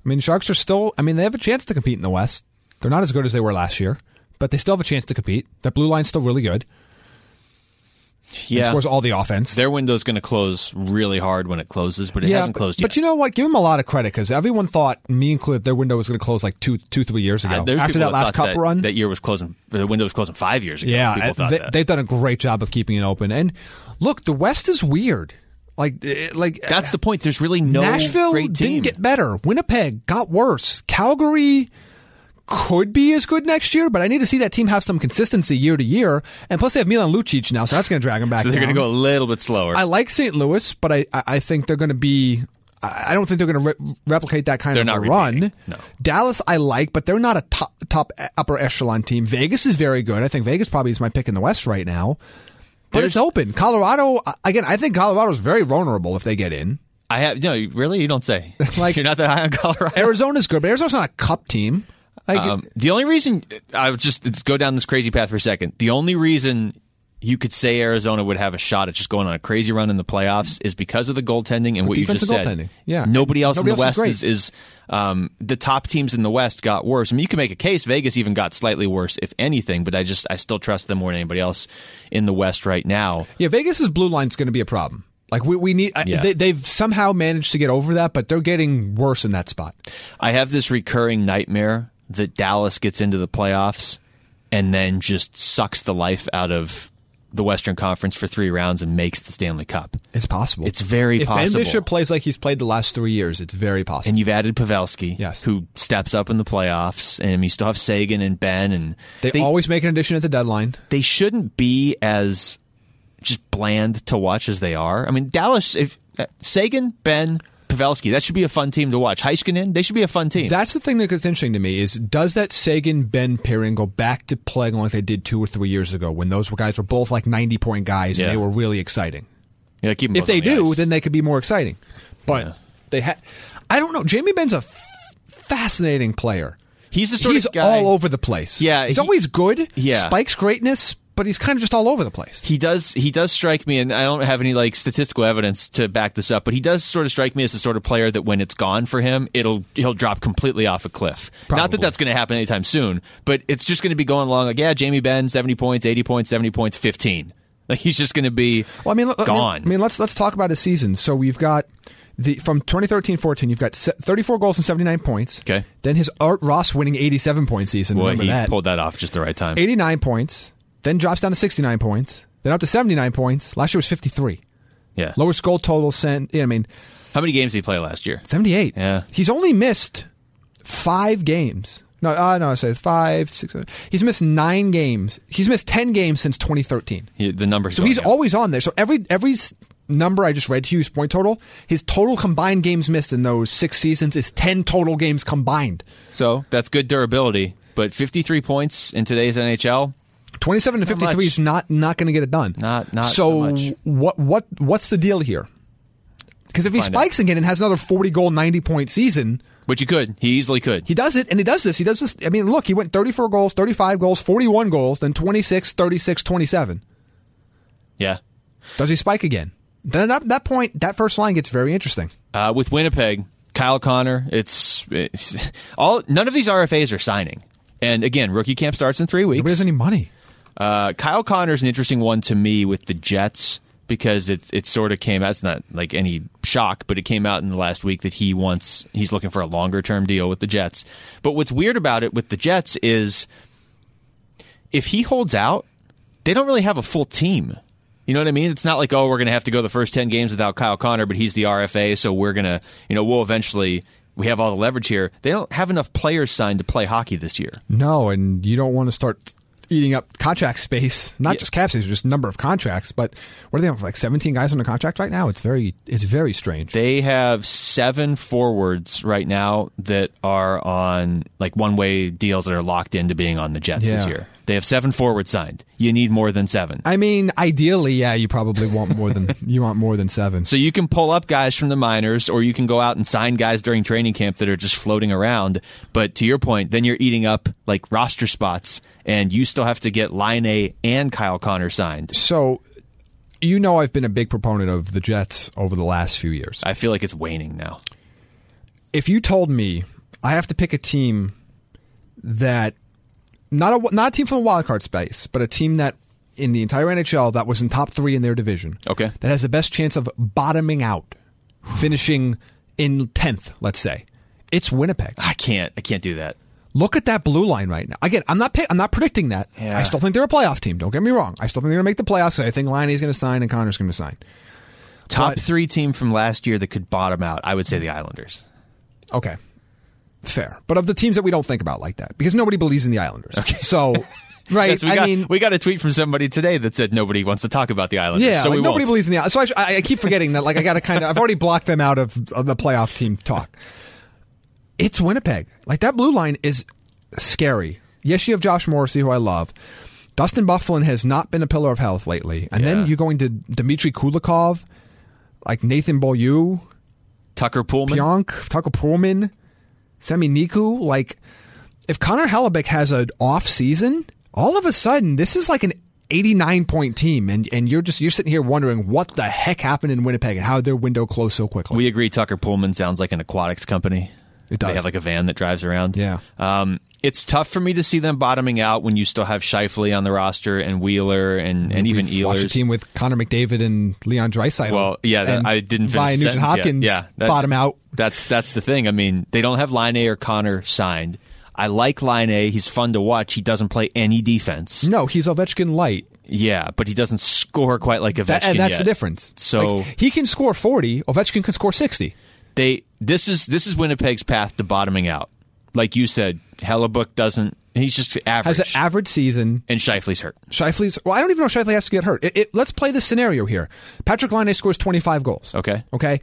S3: I mean, Sharks are still. I mean, they have a chance to compete in the West. They're not as good as they were last year, but they still have a chance to compete. That blue line's still really good. and
S2: Yeah.
S3: scores all the offense.
S2: Their window's going to close really hard when it closes, but it hasn't closed yet.
S3: But you know what? Give them a lot of credit because everyone thought, me included, their window was going to close like two, two, three years ago.
S2: Uh, there's
S3: After
S2: people
S3: that last
S2: thought
S3: cup
S2: that,
S3: run,
S2: that year was closing. The window was closing five years ago.
S3: yeah,
S2: people
S3: uh,
S2: thought
S3: they,
S2: that.
S3: they've done a great job of keeping it open. And look, the West is weird. Like, eh, like uh,
S2: That's the point. There's really no
S3: Nashville
S2: great team.
S3: didn't get better. Winnipeg got worse. Calgary could be as good next year, but I need to see that team have some consistency year to year. And plus, they have Milan Lucic now, so that's going to drag them back.
S2: so they're
S3: down.
S2: going to go a little bit slower.
S3: I like St. Louis, but I, I I think they're going to be. I I don't think they're going to re- replicate that kind
S2: They're
S3: of
S2: not
S3: a run.
S2: repeating, no.
S3: Dallas, I like, but they're not a top top e, upper echelon team. Vegas is very good. I think Vegas probably is my pick in the West right now. But it's
S2: There's-
S3: open. Colorado I- again. I think Colorado's very vulnerable if they get in.
S2: I have no. you- Really, you don't say.
S3: Like-
S2: You're not that high on Colorado.
S3: Arizona's good, but Arizona's not a cup team. Like,
S2: Um, the only reason I would just let's go down this crazy path for a second. The only reason you could say Arizona would have a shot at just going on a crazy run in the playoffs is because of the goaltending and what you just
S3: defensive
S2: said.
S3: goaltending. Yeah.
S2: nobody else in
S3: Nobody
S2: the
S3: else is
S2: West is, is um, the top teams in the West got worse. I mean, you can make a case Vegas even got slightly worse, if anything. But I just I still trust them more than anybody else in the West right now.
S3: yeah, Vegas's blue line's going to be a problem. Like we we need. I
S2: Yeah.
S3: They, they've somehow managed to get over that, but they're getting worse in that spot.
S2: I have this recurring nightmare that Dallas gets into the playoffs and then just sucks the life out of the Western Conference for three rounds and makes the Stanley Cup.
S3: It's possible.
S2: It's very
S3: if
S2: possible.
S3: Ben Bishop plays like he's played the last three years, it's very possible.
S2: And you've added Pavelski,
S3: Yes.
S2: who steps up in the playoffs, and you still have Sagan and Ben, and
S3: they, always make an addition at the deadline.
S2: they shouldn't be as just bland to watch as they are. I mean, Dallas, if uh, Sagan, Ben, Pavelski, that should be a fun team to watch. Heiskanen, they should be a fun team.
S3: That's the thing that gets interesting to me is does that Sagan Ben pairing go back to playing like they did two or three years ago when those guys were both like ninety point guys and
S2: Yeah.
S3: they were really exciting.
S2: Yeah, keep 'em
S3: If
S2: both on
S3: they
S2: the
S3: do,
S2: ice.
S3: then they could be more exciting. But they had I don't know. Jamie Ben's a f- fascinating player.
S2: he's the sort
S3: he's
S2: of guy
S3: all over the place.
S2: Yeah,
S3: he's
S2: he-
S3: always good.
S2: Yeah.
S3: spikes greatness, but he's kind of just all over the place.
S2: he does he does strike me and I don't have any like statistical evidence to back this up but he does sort of strike me as the sort of player that when it's gone for him it'll he'll drop completely off a cliff not
S3: Probably.
S2: that that's going to happen anytime soon but it's just going to be going along like yeah Jamie Ben 70 points 80 points 70 points 15 like he's just going to be
S3: Well, I mean, let- let-
S2: gone
S3: I mean, let's let's talk about his season. So we've got the from 2013-14, you've got se- 34 goals and 79 points.
S2: Okay.
S3: Then his Art Ross winning 87 point season.
S2: Boy,
S3: remember
S2: he
S3: that?
S2: pulled that off just the right time
S3: 89 points. Then drops down to 69 points. Then up to 79 points. Last year was 53.
S2: yeah
S3: Lowest goal total sent. Yeah, I mean,
S2: how many games did he play last year
S3: 78.
S2: Yeah.
S3: He's only missed five games. No, uh, no, I said five, six. seven. He's missed nine games. He's missed 10 games since 2013.
S2: He- the numbers
S3: So
S2: going
S3: he's
S2: up.
S3: always on there. So every every s- number I just read to you is point total. His total combined games missed in those six seasons is ten total games combined.
S2: so that's good durability but 53 points in today's NHL
S3: Twenty-seven to
S2: It's not
S3: fifty-three is not not going to get it done.
S2: Not- not
S3: so.
S2: so much.
S3: What what what's the deal here? Because if he
S2: Find out.
S3: spikes again and has another forty goal, ninety point season,
S2: which he could he easily could
S3: he does it and he does this. He does this. I mean, look, he went thirty-four goals, thirty-five goals, forty-one goals, then 26, 36, 27.
S2: yeah
S3: Does he spike again? Then at that point, that first line gets very interesting.
S2: uh, with Winnipeg, Kyle Connor. It's, it's all. None of these RFAs are signing. And again, rookie camp starts in three
S3: Nobody
S2: weeks.
S3: has any money.
S2: Uh, Kyle Connor's an interesting one to me with the Jets because it it sort of came out. It's not like any shock, but it came out in the last week that he wants he's looking for a longer term deal with the Jets. But what's weird about it with the Jets is if he holds out, they don't really have a full team. You know what I mean? It's not like oh we're going to have to go the first ten games without Kyle Connor, but he's the RFA, so we're gonna you know we'll eventually. We have all the leverage here. They don't have enough players signed to play hockey this year.
S3: No, and you don't want to start eating up contract space, not
S2: Yeah.
S3: just cap space, just number of contracts. But what are they on like seventeen guys on the contract right now? It's very it's very strange.
S2: They have seven forwards right now that are on like one way deals that are locked into being on the Jets this
S3: Yeah.
S2: year. They have seven forwards signed. You need more than seven.
S3: I mean, ideally, yeah, you probably want more than you want more than seven.
S2: So you can pull up guys from the minors, or you can go out and sign guys during training camp that are just floating around. But to your point, then you're eating up like roster spots, and you still have to get Line A and Kyle Connor signed.
S3: So you know I've been a big proponent of the Jets over the last few years.
S2: I feel like it's waning now.
S3: if you told me I have to pick a team that not a not a team from the wild card space, but a team that in the entire NHL that was in top three in their division.
S2: Okay.
S3: That has the best chance of bottoming out, finishing in 10th, let's say. It's Winnipeg.
S2: I can't. I can't do that.
S3: Look at that blue line right now. Again, I'm not pick, I'm not predicting that.
S2: Yeah.
S3: I still think they're a playoff team. Don't get me wrong. I still think they're going to make the playoffs. I think Liney's going to sign and Connor's going to sign.
S2: Top
S3: But-
S2: three team from last year that could bottom out. I would say the Islanders.
S3: Okay. Fair. But of the teams that we don't think about like that because nobody believes in the Islanders. So, right.
S2: Yes, we
S3: I
S2: got
S3: mean,
S2: we got a tweet from somebody today that said nobody wants to talk about the Islanders.
S3: yeah,
S2: so
S3: like
S2: we
S3: nobody
S2: won't.
S3: believes in the. So I, sh- I, I keep forgetting that. Like I got to kind of. I've already blocked them out of, of the playoff team talk. It's Winnipeg. Like that blue line is scary. Yes, you have Josh Morrissey, who I love. Dustin Bufflin has not been a pillar of health lately, and
S2: Yeah.
S3: then you're going to Dmitry Kulikov, like Nathan Beaulieu,
S2: Tucker Pullman.
S3: Pionk, Tucker Pullman, Semi Niku. Like, if Connor Hellebuck has an off season, all of a sudden this is like an 89 point team, and, and you're just you're sitting here wondering what the heck happened in Winnipeg and how their window closed so quickly.
S2: We agree. Tucker Pullman sounds like an aquatics company.
S3: It does.
S2: They have like a van that drives around.
S3: Yeah.
S2: Um, it's tough for me to see them bottoming out when you still have Shifley on the roster and Wheeler and, and even
S3: We've watched a
S2: Ehlers.
S3: team with Connor McDavid and Leon Draisaitl.
S2: Well, yeah, that-
S3: and
S2: I didn't finish
S3: Ryan
S2: the
S3: Nugent
S2: sentence yet.
S3: Hopkins
S2: Yeah, that-
S3: bottom out.
S2: That's that's the thing. I mean, they don't have Line A or Connor signed. I like Line A. He's fun to watch. He doesn't play any defense.
S3: No, he's Ovechkin light.
S2: Yeah, but he doesn't score quite like Ovechkin.
S3: That, and that's
S2: yet.
S3: the difference.
S2: So-
S3: Like, he can score 40. Ovechkin can score 60.
S2: They this is this is Winnipeg's path to bottoming out. Like you said, Hellebuck doesn't. He's just average.
S3: Has an average season.
S2: and Shifley's hurt.
S3: Shifley's. Well, I don't even know if Shifley has to get hurt. It, it, let's play this scenario here. Patrick Line scores 25 goals.
S2: Okay.
S3: Okay.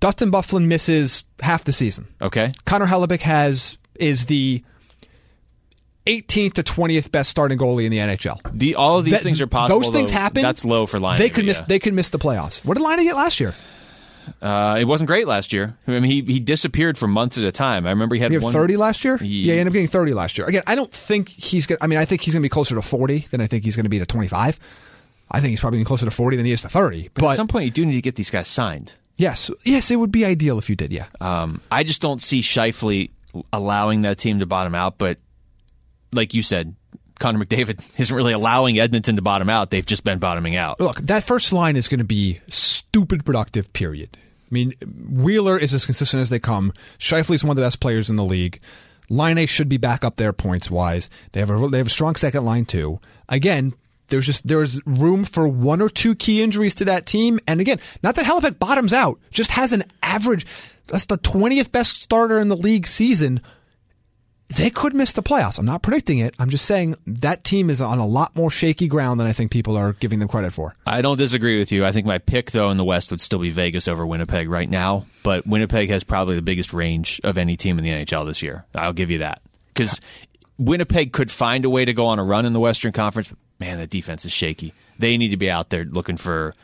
S3: Dustin Bufflin misses half the season.
S2: Okay.
S3: Connor Hellebuck has is the 18th to 20th best starting goalie in the NHL.
S2: The all of these
S3: That-
S2: things are possible.
S3: Those things
S2: though.
S3: happen.
S2: That's low for Line.
S3: They could miss. They could miss the playoffs. What did Line get last year?
S2: uh, it wasn't great last year. I mean, he he disappeared for months at a time. I remember he had
S3: We have
S2: one
S3: 30 last year. Yeah, he ended up getting 30 last year. Again, I don't think he's gonna. I mean, I think he's gonna be closer to 40 than I think he's gonna be to 25. I think he's probably gonna be closer to 40 than he is to 30. But,
S2: At some point, you do need to get these guys signed.
S3: Yes, yes, it would be ideal if you did. Yeah, Uh,
S2: Um, I just don't see Shifley allowing that team to bottom out. But like you said, Connor McDavid isn't really allowing Edmonton to bottom out. They've just been bottoming out.
S3: look, that first line is going to be stupid productive. Period. I mean, Wheeler is as consistent as they come. Shifley's one of the best players in the league. Line A should be back up there points wise. They have a they have a strong second line too. Again, there's just there's room for one or two key injuries to that team. And again, not that Hellebuck bottoms out, just has an average. That's the twentieth best starter in the league season. they could miss the playoffs. I'm not predicting it. I'm just saying that team is on a lot more shaky ground than I think people are giving them credit for.
S2: I don't disagree with you. I think my pick, though, in the West would still be Vegas over Winnipeg right now. But Winnipeg has probably the biggest range of any team in the NHL this year. I'll give you that. Because Winnipeg could find a way to go on a run in the Western Conference. But man, the defense is shaky. They need to be out there looking for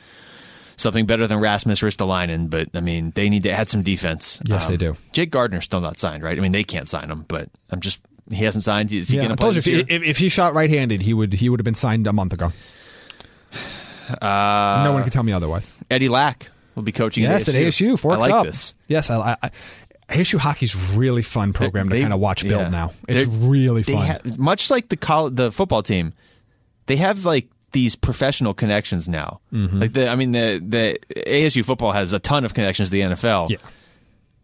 S2: something better than Rasmus Ristolainen. But, I mean, they need to add some defense. Um,
S3: Yes, they do.
S2: Jake Gardner's still not signed, right? I mean, they can't sign him, but I'm just. He hasn't signed. Is he
S3: Yeah,
S2: going
S3: I
S2: to play
S3: told you
S2: this
S3: if, he,
S2: year?
S3: if, if he shot right-handed, he would he would have been signed a month ago. Uh, no one can tell me otherwise.
S2: Eddie Lack will be coaching.
S3: Yes,
S2: at
S3: at ASU,
S2: I
S3: forks
S2: like
S3: up.
S2: this.
S3: Yes, I, I, I, ASU hockey's really fun program
S2: They-
S3: to kind of watch build
S2: yeah.
S3: now. It's
S2: They're-
S3: really
S2: they
S3: fun.
S2: ha- much like the col- the football team, they have like these professional connections now.
S3: Mm-hmm.
S2: Like the, I mean, the the ASU football has a ton of connections to the NFL.
S3: Yeah.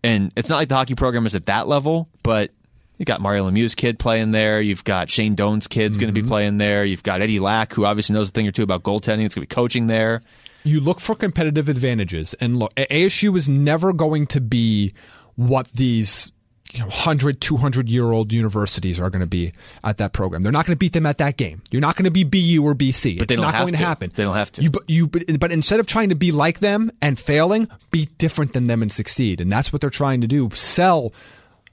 S2: and it's not like the hockey program is at that level, but you got Mario Lemieux's kid playing there. You've got Shane Doan's kid's going to
S3: Mm-hmm.
S2: be playing there. You've got Eddie Lack, who obviously knows a thing or two about goaltending. It's going to be coaching there.
S3: you look for competitive advantages and look A- ASU is never going to be what these you know 100 200 year old universities are going to be at that program they're not going to beat them at that game you're not going to be BU or BC
S2: But they
S3: it's
S2: don't
S3: not
S2: have
S3: going to.
S2: to.
S3: happen
S2: They don't have to.
S3: you but you but, but instead of trying to be like them and failing be different than them and succeed and that's what they're trying to do sell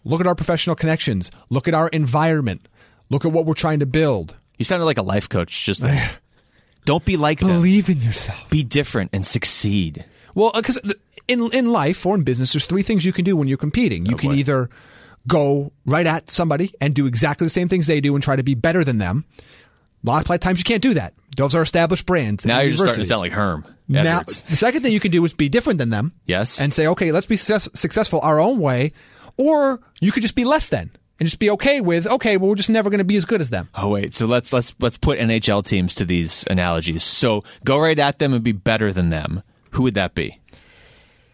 S3: look at our professional connections look at our environment look at what we're trying to build
S2: You sounded like a life coach just then. Don't be like them.
S3: believe in yourself
S2: Be different and succeed.
S3: Well, because in in life or in business, there's three things you can do when you're competing. You can
S2: Oh, boy.
S3: either go right at somebody and do exactly the same things they do and try to be better than them. A lot of times you can't do that. Those are established brands.
S2: Now
S3: and
S2: you're just starting to
S3: universities.
S2: sound like Herm.
S3: Now,
S2: Edwards.
S3: the second thing you can do is be different than them.
S2: Yes.
S3: And say, okay, let's be success- successful our own way, or you could just be less than. and just be okay with okay, well, we're just never going to be as good as them.
S2: Oh wait, so let's let's let's put NHL teams to these analogies. So go right at them and be better than them. Who would that be?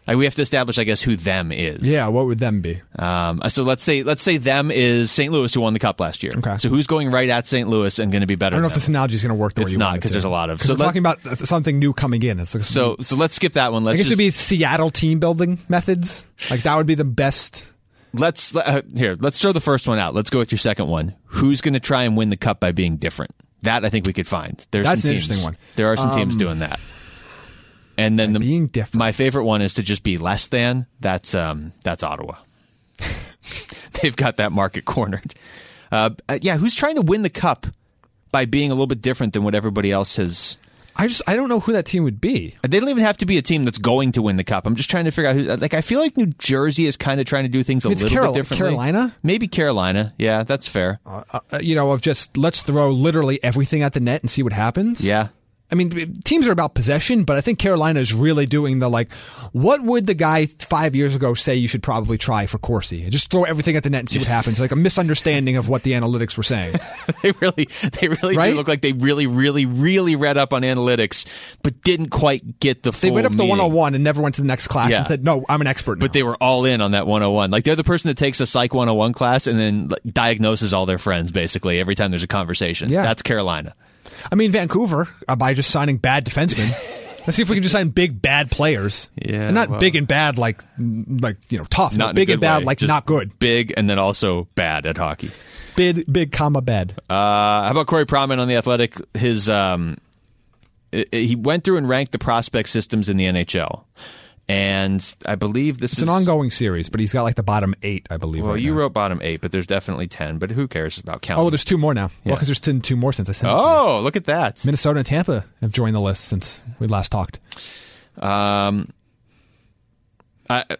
S2: Like we have to establish, I guess, who them is.
S3: what would them be?
S2: Um, so let's say let's say them is St. Louis who won the cup last year.
S3: Okay.
S2: So who's going right at St. Louis and going to be better?
S3: I don't know
S2: than
S3: if this
S2: them?
S3: analogy is going to work the way
S2: It's
S3: you
S2: not,
S3: want it
S2: 'cause
S3: to.
S2: there's a lot of- so
S3: we're
S2: let-
S3: talking about th- something new coming in. It's like
S2: So so let's skip that one. Let's
S3: I guess
S2: just
S3: it'd be Seattle team building methods. Like that would be the best.
S2: let's uh, here let's throw the first one out. Let's go with your second one. Who's going to try and win the cup by being different? That I think we could find. There's
S3: That's
S2: some
S3: an
S2: teams.
S3: interesting one. Um,
S2: There are some teams doing that. And then the,
S3: being different.
S2: my favorite one is to just be less than. That's um that's Ottawa. They've got that market cornered. Uh, uh, yeah, who's trying to win the cup by being a little bit different than what everybody else has?
S3: I just I don't know who that team would be.
S2: They don't even have to be a team that's going to win the cup. I'm just trying to figure out who. Like, I feel like New Jersey is kind of trying to do things a
S3: It's
S2: little
S3: Carol-
S2: bit differently.
S3: Carolina?
S2: maybe Carolina. Yeah, that's fair.
S3: Uh, you know, of just let's throw literally everything at the net and see what happens.
S2: Yeah,
S3: I mean, teams are about possession, but I think Carolina is really doing the like, what would the guy five years ago say you should probably try for Corsi? Just throw everything at the net and see what happens. Like a misunderstanding of what the analytics were saying.
S2: they really, they really
S3: Right?
S2: do look like they really, really, really read up on analytics, but didn't quite get the full.
S3: They went up the
S2: meaning.
S3: 101 and never went to the next class
S2: Yeah.
S3: and said, no, I'm an expert.
S2: But
S3: now."
S2: they were all in on that 101. Like they're the person that takes a psych 101 class and then like, diagnoses all their friends basically every time there's a conversation.
S3: Yeah.
S2: That's Carolina.
S3: I mean, Vancouver, uh, by just signing bad defensemen. Let's see if we can just sign big bad players.
S2: Yeah,
S3: And not
S2: well-
S3: big and bad like mm, like you know tough.
S2: Not
S3: but
S2: in a
S3: big
S2: good
S3: and bad
S2: way,
S3: like
S2: just
S3: not good.
S2: Big and then also bad at hockey.
S3: Big big comma bad.
S2: Uh, how about Corey Proman on the Athletic? His um, i- i- he went through and ranked the prospect systems in the NHL, and I believe this
S3: It's
S2: is
S3: an ongoing series, but he's got like the bottom eight, I believe.
S2: Well,
S3: right
S2: you
S3: now.
S2: wrote bottom eight, but there's definitely ten. But who cares about counting?
S3: Oh, there's two more now. Well, 'cause
S2: Yeah.
S3: because there's been two more since I sent it to you.
S2: Oh, look at that.
S3: Minnesota and Tampa have joined the list since we last talked.
S2: Um, I, Uh,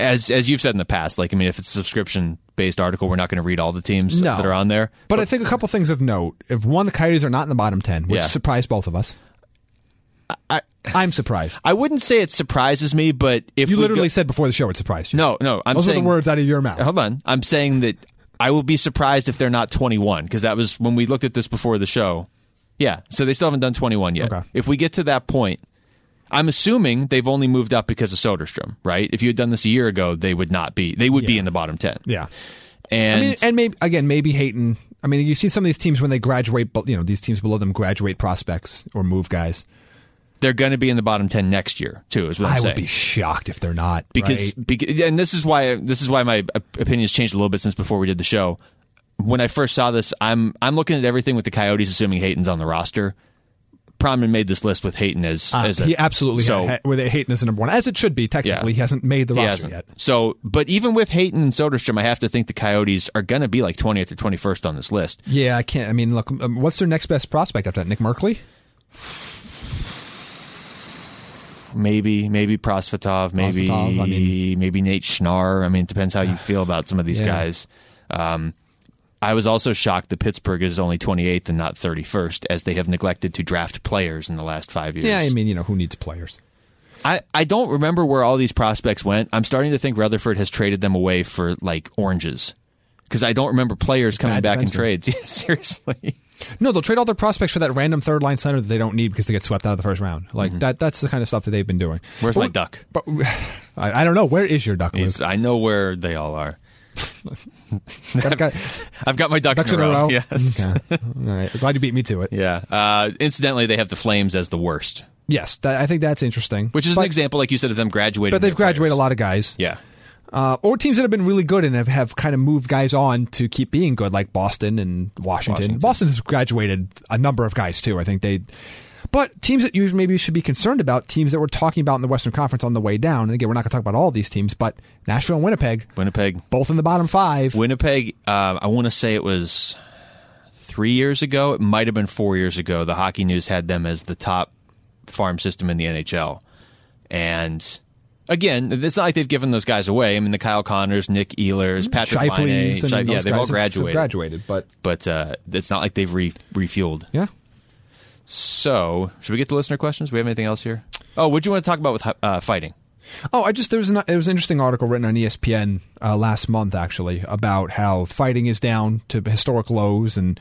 S2: as as you've said in the past, like I mean, if it's a subscription based article, we're not going to read all the teams
S3: No.
S2: that are on there.
S3: But, I think a couple things of note. If one, the Coyotes are not in the bottom 10, which
S2: Yeah.
S3: surprised both of us.
S2: I-
S3: I'm surprised.
S2: I wouldn't say it surprises me, but if
S3: You
S2: we
S3: literally
S2: go-
S3: said before the show it surprised you.
S2: no, no, I'm
S3: Those
S2: saying
S3: are the words out of your mouth.
S2: Hold on. I'm saying that I will be surprised if they're not 21 because that was when we looked at this before the show. Yeah, so they still haven't done 21 yet.
S3: Okay.
S2: If we get to that point, I'm assuming they've only moved up because of Soderstrom, right? If you had done this a year ago, they would not be. They would be in the bottom 10.
S3: Yeah.
S2: And
S3: I mean, and maybe again, maybe Hayton. I mean, you see some of these teams when they graduate, but you know, these teams below them graduate prospects or move guys.
S2: they're going to be in the bottom 10 next year, too, is what I'm
S3: I
S2: saying.
S3: would be shocked if they're not
S2: because,
S3: right?
S2: beca- and this is why this is why my op- opinion's changed a little bit since before we did the show. When I first saw this, I'm I'm looking at everything with the Coyotes, assuming Hayton's on the roster. Promen made this list with Hayton as,
S3: Uh,
S2: as a,
S3: he absolutely
S2: so
S3: ha- ha- with Hayton as the number one, as it should be technically.
S2: Yeah.
S3: He hasn't made the
S2: he
S3: roster
S2: hasn't.
S3: yet.
S2: So, but even with Hayton and Soderstrom, I have to think the Coyotes are going to be like 20th or 21st on this list.
S3: Yeah, I can't. I mean, look, um, what's their next best prospect after that? Nick Merkley.
S2: Maybe maybe Prosvetov, maybe
S3: Prosvetov, I mean-
S2: maybe Nate Schnarr. I mean, it depends how you feel about some of these
S3: Yeah.
S2: guys. Um, I was also shocked that Pittsburgh is only 28th and not 31st, as they have neglected to draft players in the last five years.
S3: Yeah, I mean, you know, who needs players?
S2: I, I don't remember where all these prospects went. I'm starting to think Rutherford has traded them away for like oranges because I don't remember players coming
S3: bad
S2: back in
S3: defenseman.
S2: trades. Yeah, seriously.
S3: No, they'll trade all their prospects for that random third line center that they don't need because they get swept out of the first round. Like that. That's the kind of stuff that they've been doing.
S2: Mm-hmm. Where's
S3: But
S2: my
S3: we-
S2: duck?
S3: But I, I don't know. Where is your duck, Luke?
S2: Is- I know where they all are.
S3: That guy-
S2: I've got my ducks,
S3: Ducks in a row.
S2: Yes.
S3: Okay. All right. Glad you beat me to it.
S2: Yeah. Uh, incidentally, they have the Flames as the worst,
S3: Yes, that, I think that's interesting.
S2: which is
S3: But-
S2: an example, like you said, of them graduating.
S3: But they've graduated a lot of guys.
S2: Yeah.
S3: Uh, or teams that have been really good and have, have kind of moved guys on to keep being good, like Boston and Washington.
S2: Washington.
S3: Boston has graduated a number of guys too. I think they. But teams that you maybe should be concerned about, teams that we're talking about in the Western Conference on the way down. And again, we're not going to talk about all these teams, but Nashville and Winnipeg,
S2: Winnipeg.
S3: both in the bottom five.
S2: Winnipeg, uh, I want to say it was three years ago. It might have been four years ago. The Hockey News had them as the top farm system in the NHL. And again, it's not like they've given those guys away. I mean, the Kyle Connors, Nick Ehlers, Patrick Line,
S3: Mm-hmm. Shifley's and
S2: Shif-
S3: those
S2: yeah,
S3: guys
S2: they've all
S3: have- have
S2: graduated.
S3: graduated, but
S2: But uh, it's not like they've re- refueled.
S3: yeah.
S2: So, should we get to listener questions? We have anything else here? Oh, what do you want to talk about with uh, fighting?
S3: Oh, I just there was an there was an interesting article written on ESPN uh, last month actually about how fighting is down to historic lows, and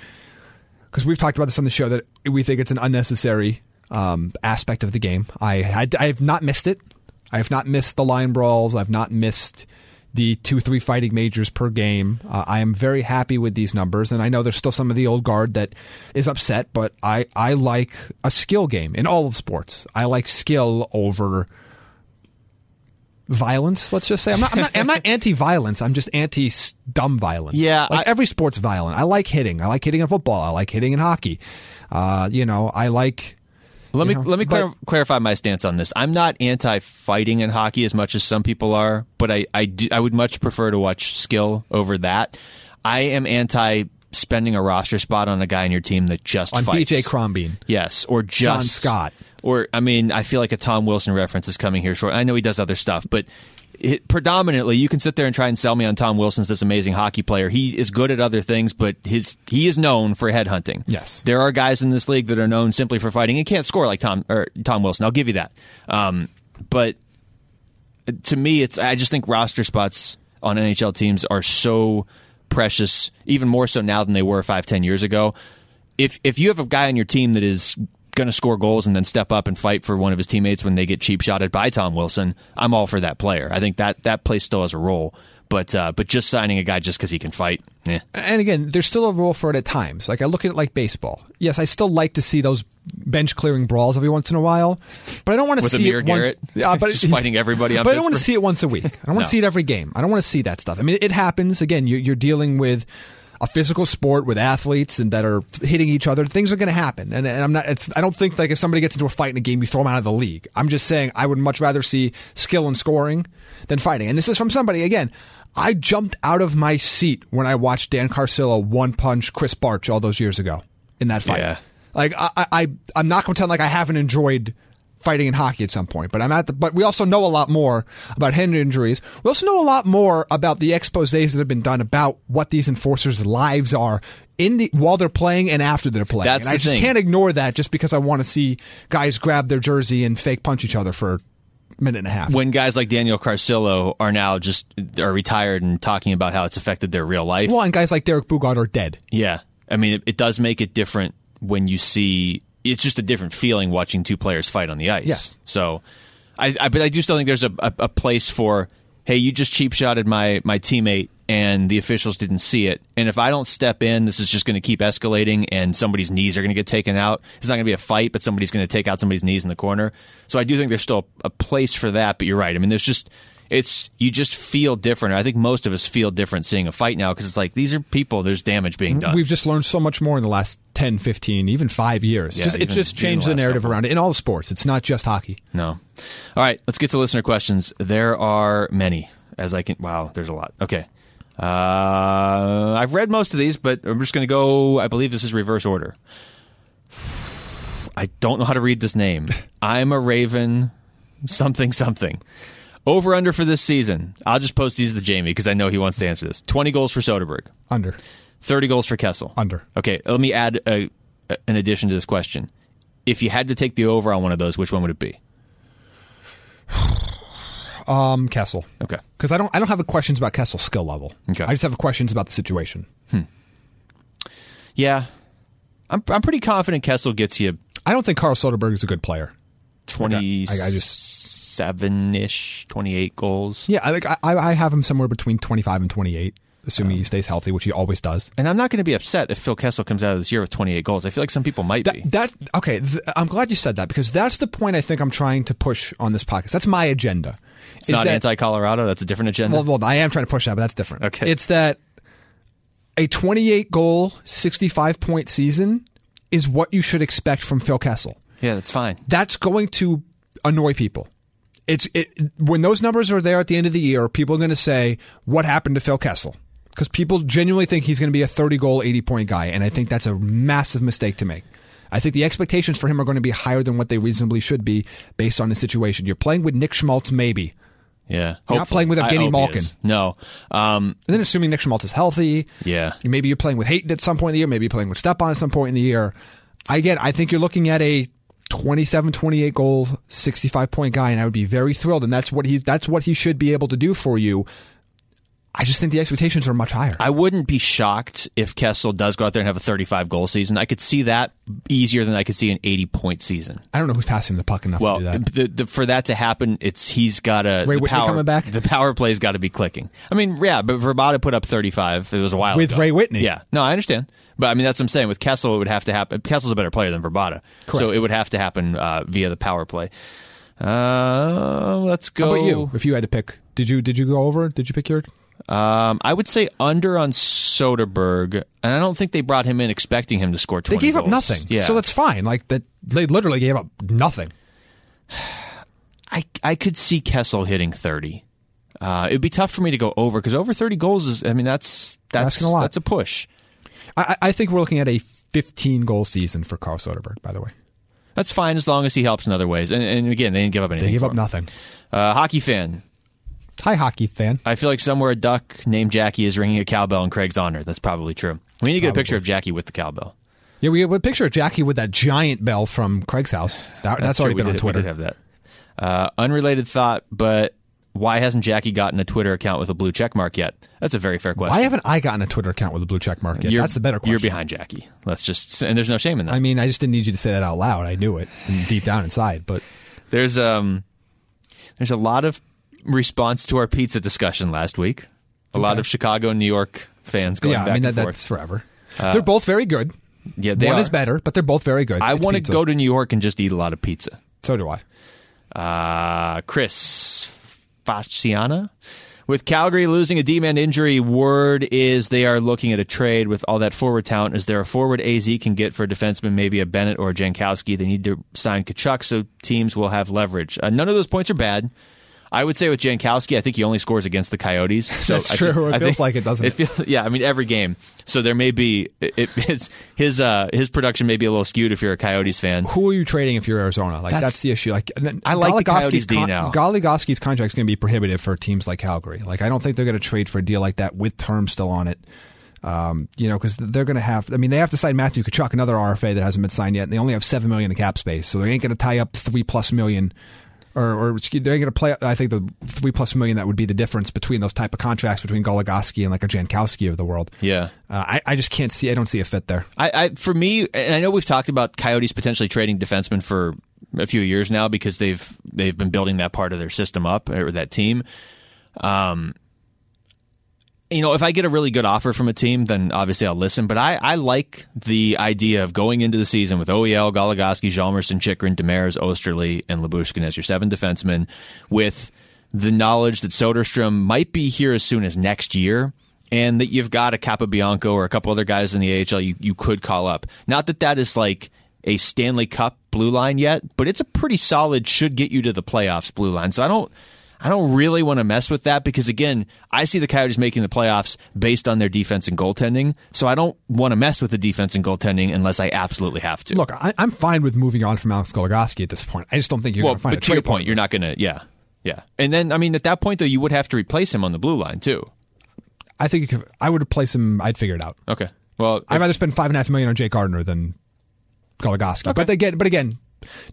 S3: because we've talked about this on the show that we think it's an unnecessary um, aspect of the game. I had I have not missed it. I have not missed the line brawls. I've not missed the two three fighting majors per game. Uh, I am very happy with these numbers, and I know there's still some of the old guard that is upset, but I I like a skill game in all of sports. I like skill over violence. Let's just say I'm not I'm not, I'm not anti-violence. I'm just anti s- dumb violence.
S2: Yeah,
S3: like
S2: I-
S3: every sport's violent. I like hitting. I like hitting in football. I like hitting in hockey. Uh, you know, I like.
S2: Let me
S3: you know,
S2: let me clar-
S3: but-
S2: clarify my stance on this. I'm not anti-fighting in hockey as much as some people are, but I I, do, I would much prefer to watch skill over that. I am anti spending a roster spot on a guy in your team that just
S3: On
S2: fights.
S3: BJ Crombean.
S2: yes, or just
S3: Scott.
S2: Or I mean, I feel like a Tom Wilson reference is coming here short. I know he does other stuff, but. It, predominantly, you can sit there and try and sell me on Tom Wilson's this amazing hockey player. He is good at other things, but his he is known for headhunting.
S3: Yes.
S2: There are guys in this league that are known simply for fighting and can't score like Tom or Tom Wilson. I'll give you that. Um, but to me, it's I just think roster spots on NHL teams are so precious, even more so now than they were five, ten years ago. If if you have a guy on your team that is going to score goals and then step up and fight for one of his teammates when they get cheap shotted by Tom Wilson, I'm all for that player. I think that that play still has a role. But uh, but just signing a guy just because he can fight, eh.
S3: and again, there's still a role for it at times. Like I look at it like baseball. Yes, I still like to see those bench clearing brawls every once in a while, but I don't want to
S2: With
S3: see
S2: Amir
S3: it
S2: Garrett?
S3: once. Yeah, but
S2: Just fighting everybody on
S3: But I don't want to
S2: Pittsburgh?
S3: see it once a week. I don't want
S2: No.
S3: to see it every game. I don't want to see that stuff. I mean, it happens. Again, you, you're dealing with a physical sport with athletes and that are hitting each other. Things are going to happen, and, and I'm not. It's, I don't think like if somebody gets into a fight in a game, you throw them out of the league. I'm just saying I would much rather see skill and scoring than fighting. And this is from somebody again. I jumped out of my seat when I watched Dan Carcillo one punch Chris Barch all those years ago in that fight.
S2: Yeah.
S3: Like I, I, I I'm not going to pretend like I haven't enjoyed fighting in hockey at some point, but I'm at the. But we also know a lot more about hand injuries. We also know a lot more about the exposés that have been done about what these enforcers' lives are in the while they're playing and after they're playing.
S2: That's
S3: and I
S2: the
S3: just
S2: thing.
S3: can't ignore that just because I want to see guys grab their jersey and fake punch each other for a minute and a half.
S2: when guys like Daniel Carcillo are now just are retired and talking about how it's affected their real life.
S3: well, and guys like Derek Bugard are dead.
S2: Yeah, I mean, it, it does make it different when you see. It's just a different feeling watching two players fight on the ice.
S3: Yes.
S2: So, I, I but I do still think there's a, a, a place for hey, you just cheap shotted my my teammate and the officials didn't see it. And if I don't step in, this is just going to keep escalating and somebody's knees are going to get taken out. It's not going to be a fight, but somebody's going to take out somebody's knees in the corner. So I do think there's still a place for that, but you're right. I mean, there's just it's you just feel different. I think most of us feel different seeing a fight now because it's like these are people, there's damage being done.
S3: We've just learned so much more in the last 10, 15, even five years.
S2: Yeah,
S3: just,
S2: even-
S3: it's just
S2: even
S3: changed
S2: the
S3: the,
S2: last
S3: narrative
S2: couple.
S3: around it in all sports. It's not just hockey.
S2: No. All right, let's get to listener questions. There are many, as I can. Wow, there's a lot. Okay. Uh, I've read most of these, but I'm just going to go. I believe this is reverse order. I don't know how to read this name. I'm a Raven, something, something. Over under for this season. I'll just post these to Jamie because I know he wants to answer this. 20 goals for Soderberg,
S3: Under.
S2: 30 goals for Kessel.
S3: Under.
S2: Okay, let me add a, a- an addition to this question. If you had to take the over on one of those, which one would it be?
S3: Um, Kessel.
S2: Okay.
S3: Because I don't, I don't have questions about Kessel's skill level.
S2: Okay.
S3: I just have questions about the situation.
S2: Yeah. I'm, I'm pretty confident Kessel gets you
S3: I don't think Carl Soderberg is a good player.
S2: 27
S3: I- I
S2: ish, 28 goals.
S3: Yeah, I, think I, I have him somewhere between 25 and 28, assuming he stays healthy, which he always does.
S2: And I'm not going to be upset if Phil Kessel comes out of this year with 28 goals. I feel like some people might be.
S3: That, that okay. Th- I'm glad you said that because that's the point I think I'm trying to push on this podcast. That's my agenda.
S2: it's not anti Colorado. That's a different agenda.
S3: Well, well, I am trying to push that, but that's different.
S2: Okay.
S3: It's that a 28 goal, 65 point season is what you should expect from Phil Kessel.
S2: yeah, that's fine.
S3: That's going to annoy people. It's it when those numbers are there at the end of the year, people are going to say, "What happened to Phil Kessel?" Because people genuinely think he's going to be a 30 goal, 80 point guy, and I think that's a massive mistake to make. I think the expectations for him are going to be higher than what they reasonably should be based on his situation. You're playing with Nick Schmaltz, maybe,
S2: Yeah.
S3: You're not playing with
S2: I
S3: Evgeny
S2: hope he is.
S3: Malkin.
S2: No. Um,
S3: And then assuming Nick Schmaltz is healthy,
S2: Yeah.
S3: maybe you're playing with Hayton at some point in the year, maybe you're playing with Stepan at some point in the year. I get. I think you're looking at a 27 28 goal 65 point guy and I would be very thrilled and that's what he's that's what he should be able to do for you. I just think the expectations are much higher.
S2: I wouldn't be shocked if Kessel does go out there and have a 35 goal season. I could see that easier than I could see an 80 point season.
S3: I don't know who's passing the puck enough
S2: Well,
S3: to do that.
S2: the, the, for that to happen, it's he's got to
S3: Ray
S2: the
S3: Whitney
S2: power
S3: coming back?
S2: The power play's got to be clicking. I mean, yeah, but Verbata put up 35. It was a while
S3: With
S2: ago.
S3: Ray Whitney.
S2: Yeah, no, I understand. But I mean, that's what I'm saying. With Kessel, it would have to happen. Kessel's a better player than Verbata, so it would have to happen uh, via the power play. Uh, let's go.
S3: How about you? If you had to pick, did you did you go over? Did you pick your?
S2: Um, I would say under on Soderberg, and I don't think they brought him in expecting him to score
S3: They
S2: twenty.
S3: gave up
S2: goals.
S3: nothing,
S2: Yeah.
S3: so that's fine. Like that, they literally gave up nothing.
S2: I I could see Kessel hitting thirty. Uh, it'd be tough for me to go over because over thirty goals is. I mean, that's that's
S3: asking a lot.
S2: that's a push.
S3: I, I I think we're looking at a 15 goal season for Carl Soderberg. By the way,
S2: That's fine as long as he helps in other ways. And, and again, they didn't give up anything.
S3: they gave
S2: for
S3: up
S2: him.
S3: nothing.
S2: Uh, hockey fan.
S3: Hi, hockey fan.
S2: I feel like somewhere a duck named Jackie is ringing a cowbell in Craig's honor. That's probably true. We need to get a picture of Jackie with the cowbell.
S3: Yeah, we have a picture of Jackie with that giant bell from Craig's house. That, that's,
S2: true.
S3: already
S2: We
S3: been on
S2: did- we
S3: Twitter.
S2: did have that. Uh, unrelated thought, but why hasn't Jackie gotten a Twitter account with a blue check mark yet? That's a very fair question.
S3: Why haven't I gotten a Twitter account with a blue check mark yet?
S2: You're-
S3: That's the better question.
S2: You're behind Jackie. Let's just and there's no shame in that.
S3: I mean, I just didn't need you to say that out loud. I knew it and deep down inside, but
S2: There's um there's a lot of response to our pizza discussion last week. A lot of Chicago and New York fans going
S3: yeah,
S2: back
S3: I mean that,
S2: and forth. Uh,
S3: that's forever. they're both very good.
S2: yeah, they
S3: One
S2: are.
S3: is better, but they're both very good.
S2: I
S3: It's
S2: want to
S3: pizza.
S2: go to New York and just eat a lot of pizza.
S3: So do I.
S2: Uh, Chris Fasciana. With Calgary losing a D-man injury, word is they are looking at a trade with all that forward talent. Is there a forward AZ can get for a defenseman, maybe a Bennett or a Jankowski? They need to sign Kachuk so teams will have leverage. Uh, none of those points are bad. I would say with Jankowski, I think he only scores against the Coyotes. So
S3: That's
S2: I
S3: true.
S2: think-
S3: It
S2: I
S3: feels
S2: think-
S3: like it, doesn't it?
S2: feels, yeah, I mean every game. So there may be it, it, his his uh, his production may be a little skewed if you're a Coyotes fan.
S3: Who are you trading if you're Arizona? Like that's,
S2: That's-
S3: the issue. Like and then
S2: I like the Coyotes
S3: Goligoski's
S2: D now.
S3: Goligoski's contract's going to be prohibitive for teams like Calgary. Like I don't think they're going to trade for a deal like that with terms still on it. Um, you know, because they're going to have. I mean, they have to sign Matthew Kachuk, another RFA that hasn't been signed yet. And they only have seven million in cap space, so they ain't going to tie up three plus million. Or, or excuse- they ain't going to play. I think the three plus million that would be the difference between those type of contracts between Goligoski and like a Jankowski of the world.
S2: Yeah.
S3: uh, I, I just can't see. I don't see a fit there.
S2: I, I for me, and I know we've talked about Coyotes potentially trading defensemen for a few years now because they've they've been building that part of their system up or that team. Um, you know, if I get a really good offer from a team, then obviously I'll listen. But I, I like the idea of going into the season with OEL, Goligoski, Jalmerson, Chikrin, Demers, Osterley, and Labushkin as your seven defensemen, with the knowledge that Soderstrom might be here as soon as next year and that you've got a Capabianco or a couple other guys in the AHL you, you could call up. Not that that is like a Stanley Cup blue line yet, but it's a pretty solid should get you to the playoffs blue line. So I don't I don't really want to mess with that because again, I see the Coyotes making the playoffs based on their defense and goaltending. So I don't want to mess with the defense and goaltending unless I absolutely have to.
S3: Look, I, I'm fine with moving on from Alex Goligoski at this point. I just don't think you're
S2: well,
S3: going to find
S2: but
S3: a
S2: to your
S3: trade
S2: point, you're not going to yeah. Yeah. And then I mean at that point though you would have to replace him on the blue line too.
S3: I think you could, I would replace him. I'd figure it out.
S2: Okay. Well,
S3: I'd rather spend five and a half million on Jake Gardner than Goligoski. But they get, but again,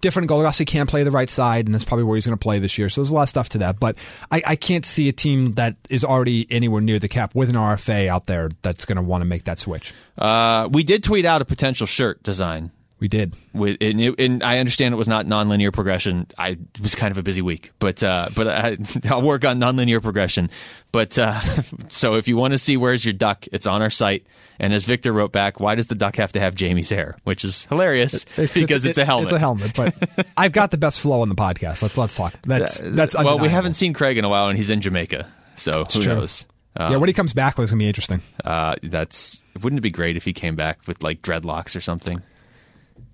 S3: different. Goligoski can play the right side, and that's probably where he's going to play this year. So there's a lot of stuff to that. But I, I can't see a team that is already anywhere near the cap with an RFA out there that's going to want to make that switch.
S2: Uh, we did tweet out a potential shirt design.
S3: We did.
S2: With, and, it, and I understand it was not nonlinear progression. I it was kind of a busy week, but uh, but I, I'll work on nonlinear progression. But uh, so if you want to see where's your duck, it's on our site. And as Victor wrote back, why does the duck have to have Jamie's hair? Which is hilarious because it's, a helmet.
S3: It's a helmet. But I've got the best flow on the podcast. Let's let's talk. That's that's
S2: Uh, well, we
S3: undeniable.
S2: haven't seen Craig in a while, and he's in Jamaica, so who
S3: true.
S2: knows? Um,
S3: yeah, when he comes back, it's going to be interesting.
S2: Uh, that's wouldn't it be great if he came back with like dreadlocks or something?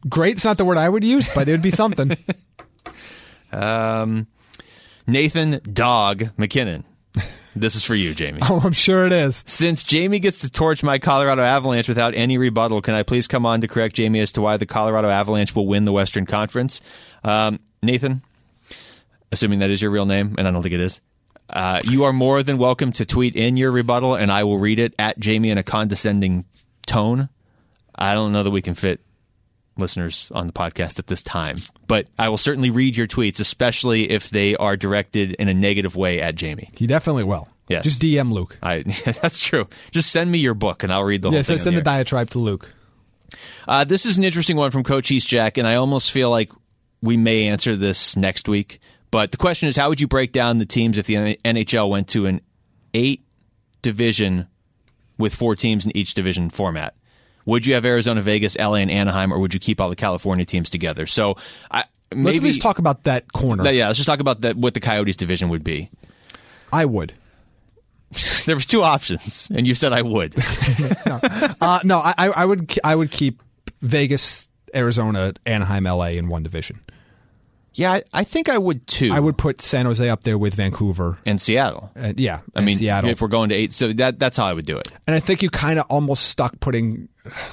S3: Great's not the word I would use, but it would be something.
S2: Nathan Dog McKinnon. This is for you, Jamie.
S3: Oh, I'm sure it is.
S2: Since Jamie gets to torch my Colorado Avalanche without any rebuttal, can I please come on to correct Jamie as to why the Colorado Avalanche will win the Western Conference? Um, Nathan, assuming that is your real name, and I don't think it is, uh, you are more than welcome to tweet in your rebuttal, and I will read it at Jamie in a condescending tone. I don't know that we can fit listeners on the podcast at this time. But I will certainly read your tweets, especially if they are directed in a negative way at Jamie.
S3: He definitely will.
S2: Yes.
S3: Just DM Luke.
S2: I, that's true. Just send me your book and I'll read the whole
S3: Yes,
S2: thing.
S3: I
S2: on
S3: send the
S2: air.
S3: diatribe to Luke.
S2: Uh, this is an interesting one from Coach East Jack, and I almost feel like we may answer this next week. But the question is, how would you break down the teams if the NHL went to an eight division with four teams in each division format? Would you have Arizona, Vegas, LA, and Anaheim, or would you keep all the California teams together? So, I maybe
S3: Let's at least talk about that corner.
S2: Yeah, let's just talk about that. What the Coyotes division would be.
S3: I would.
S2: There was two options, and you said I would.
S3: Uh, no, I, I I would. I would keep Vegas, Arizona, Anaheim, LA in one division.
S2: yeah, I, I think I would too.
S3: I would put San Jose up there with Vancouver.
S2: in Seattle.
S3: And, yeah,
S2: I
S3: and
S2: mean,
S3: Seattle.
S2: if we're going to eight, so that that's how I would do it.
S3: and I think you kind of almost stuck putting,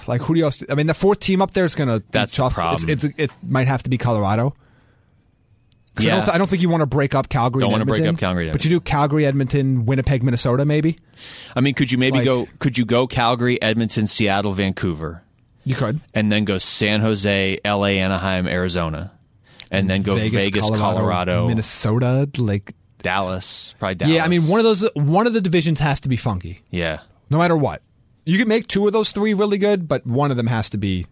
S3: like, who do you else? I mean, the fourth team up there is going to.
S2: That's the
S3: tough.
S2: problem.
S3: It's, it's, it might have to be Colorado. 'Cause I, don't th- I don't think you want to break up Calgary.
S2: Don't
S3: want
S2: wanna
S3: to
S2: break up Calgary,
S3: but you do Calgary, Edmonton, Winnipeg, Minnesota, maybe
S2: I mean, could you maybe
S3: Like-
S2: go? Could you go Calgary, Edmonton, Seattle, Vancouver,
S3: you could.
S2: and then go San Jose, L.A., Anaheim, Arizona, and then go Vegas, Colorado,
S3: Minnesota, like
S2: Dallas, probably Dallas.
S3: yeah. I mean, one of those, one of the divisions has to be funky,
S2: yeah.
S3: no matter what. You can make two of those three really good, but one of them has to be.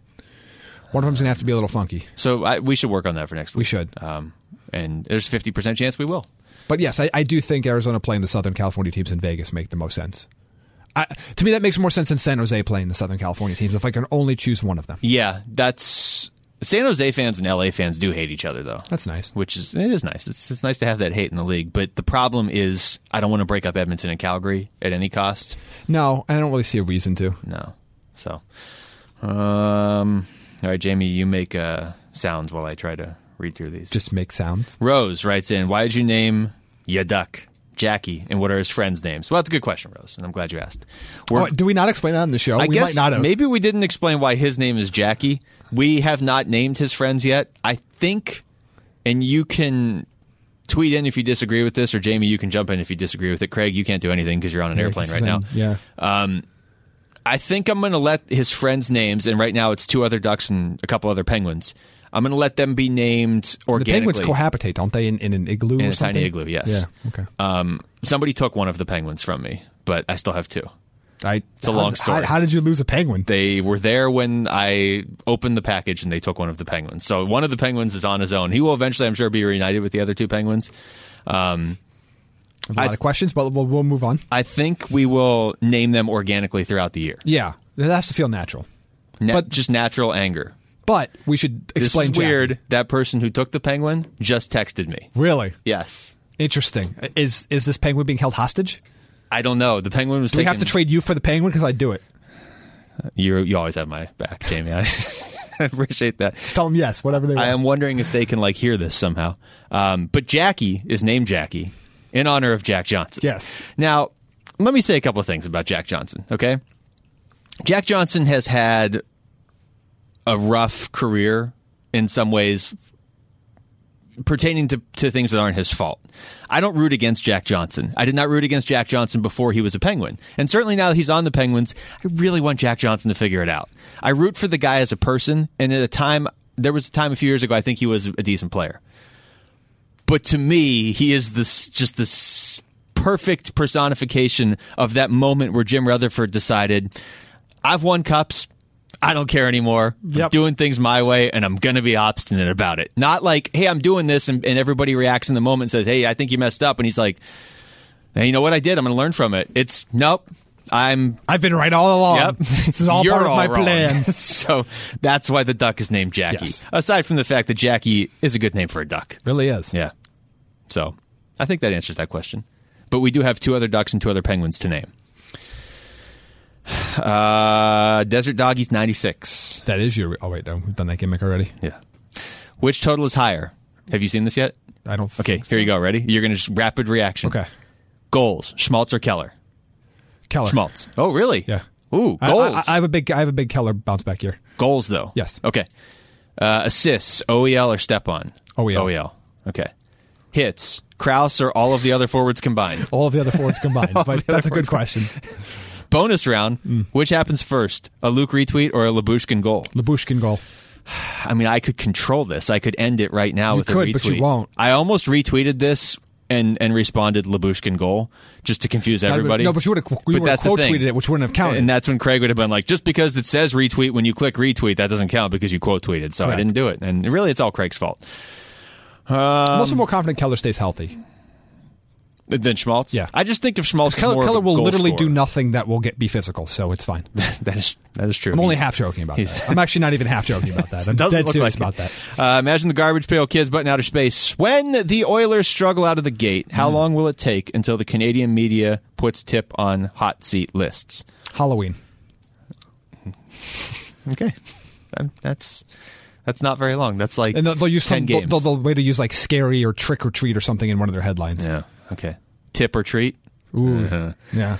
S3: One of them's going to have to be a little funky.
S2: So I, we should work on that for next week.
S3: We should.
S2: Um, and there's fifty percent chance we will.
S3: But yes, I, I do think Arizona playing the Southern California teams in Vegas make the most sense. I, to me, that makes more sense than San Jose playing the Southern California teams if I can only choose one of them.
S2: Yeah, that's San Jose fans and L.A. fans do hate each other though.
S3: That's nice.
S2: Which is it is nice. It's it's nice to have that hate in the league. But the problem is, I don't want to break up Edmonton and Calgary at any cost.
S3: No, I don't really see a reason to.
S2: No. So, um, all right, Jamie, you make uh, sounds while I try to read through these.
S3: Just make sounds.
S2: Rose writes in, "Why did you name your duck Jackie, and what are his friends' names?" Well, that's a good question, Rose, and I'm glad you asked. We're,
S3: Oh, do we not explain that on the show?
S2: I
S3: we
S2: guess
S3: might not have.
S2: maybe we didn't explain why his name is Jackie. We have not named his friends yet. I think, and you can. Tweet in if you disagree with this, or Jamie, you can jump in if you disagree with it. Craig, you can't do anything because you're on an airplane right now.
S3: Yeah.
S2: I think I'm going to let his friends' names, and right now it's two other ducks and a couple other penguins. I'm going to let them be named
S3: The
S2: organically.
S3: penguins cohabitate, don't they, in, in an igloo
S2: in
S3: or
S2: a
S3: something?
S2: tiny igloo, yes.
S3: Yeah, okay.
S2: Um, somebody took one of the penguins from me, but I still have two.
S3: I,
S2: a long
S3: how-
S2: story.
S3: How, how did you lose a penguin?
S2: They were there when I opened the package, and they took one of the penguins. So one of the penguins is on his own. He will eventually, I'm sure, be reunited with the other two penguins. Um,
S3: a lot of questions, but we'll, we'll move on.
S2: I think we will name them organically throughout the year.
S3: Yeah, that has to feel natural.
S2: Na-
S3: But-
S2: just natural anger.
S3: But we should
S2: This
S3: explain
S2: is
S3: Jackie.
S2: weird. That person who took the penguin just texted me.
S3: Really?
S2: Yes.
S3: Interesting. Is is this penguin being held hostage?
S2: I don't know. The penguin was
S3: Do we
S2: taken.
S3: have to trade you for the penguin? Because I'd do it.
S2: you. You always have my back, Jamie. I I appreciate that.
S3: Just tell them yes, whatever they want.
S2: I am wondering if they can like hear this somehow. Um, but Jackie is named Jackie in honor of Jack Johnson.
S3: Yes.
S2: Now, let me say a couple of things about Jack Johnson. Okay, Jack Johnson has had a rough career in some ways pertaining to, to things that aren't his fault. I don't root against Jack Johnson. I did not root against Jack Johnson before he was a Penguin. And certainly now that he's on the Penguins, I really want Jack Johnson to figure it out. I root for the guy as a person, and at a time, there was a time a few years ago, I think he was a decent player. But to me, he is this just this perfect personification of that moment where Jim Rutherford decided, I've won cups. I don't care anymore. I'm
S3: Yep.
S2: doing things my way, and I'm going to be obstinate about it. Not like, hey, I'm doing this, and, and everybody reacts in the moment and says, hey, I think you messed up. And he's like, hey, you know what I did? I'm going to learn from it. It's, nope, I'm
S3: I've been right all along.
S2: Yep.
S3: This is all
S2: You're
S3: part of
S2: all
S3: my
S2: wrong.
S3: plan.
S2: so that's why the duck is named Jackie.
S3: Yes.
S2: Aside from the fact that Jackie is a good name for a duck.
S3: really is.
S2: Yeah. So I think that answers that question. But we do have two other ducks and two other penguins to name. Uh, Desert Doggies 96.
S3: That is your. Oh wait, no, we've done that gimmick already.
S2: Yeah. Which total is higher? Have you seen this yet?
S3: I don't. think
S2: Okay,
S3: so.
S2: here you go. Ready? You're going to just rapid reaction.
S3: Okay,
S2: Goals, Schmaltz or Keller?
S3: Keller.
S2: Schmaltz. Oh, really?
S3: Yeah.
S2: Ooh, goals.
S3: I- I, I have a big. I have a big Keller bounce back here.
S2: Goals, though.
S3: Yes.
S2: Okay. Uh, assists, OEL or Stepan?
S3: OEL.
S2: OEL. Okay. Hits, Kraus or all of the other forwards combined?
S3: All of the other forwards combined, but
S2: the
S3: that's a
S2: other
S3: good question. Mm.
S2: Bonus round, which happens first, a Luke retweet or a Labushkin goal?
S3: Labushkin goal.
S2: I mean, I could control this. I could end it right now
S3: You
S2: with a
S3: could,
S2: retweet.
S3: but you won't.
S2: I almost retweeted this and and responded Labushkin goal just to confuse
S3: but-
S2: everybody.
S3: no, but you would've- you would've
S2: that's the
S3: quote
S2: thing.
S3: tweeted it, which wouldn't have counted.
S2: And that's when Craig would have been like, just because it says retweet when you click retweet, that doesn't count because you quote tweeted. So I
S3: Correct.
S2: didn't do it, and really, it's all Craig's fault.
S3: I'm
S2: um,
S3: also more confident Keller stays healthy.
S2: Then Schmaltz.
S3: Yeah.
S2: I just think of Schmaltz. as more
S3: Keller,
S2: of a
S3: Keller will
S2: goal
S3: literally do
S2: scorer.
S3: nothing that will get be physical, so it's fine.
S2: that is that is true.
S3: I'm only
S2: He's-
S3: half joking about
S2: he's-
S3: that. I'm actually not even half joking about that. I'm
S2: It doesn't
S3: dead
S2: look
S3: serious
S2: like
S3: about
S2: it.
S3: that.
S2: Uh, imagine the garbage pail kids button outer space. When the Oilers struggle out of the gate,
S3: Hmm.
S2: how long will it take until the Canadian media puts tip on hot seat lists?
S3: Halloween.
S2: Okay, Um, that's that's not very long. That's like
S3: And uh, they'll, they'll use
S2: ten
S3: some, they'll,
S2: games.
S3: they'll, they'll way to use like scary or trick or treat or something in one of their headlines.
S2: yeah. Okay. Tip or treat.
S3: Ooh.
S2: Uh-huh.
S3: Yeah.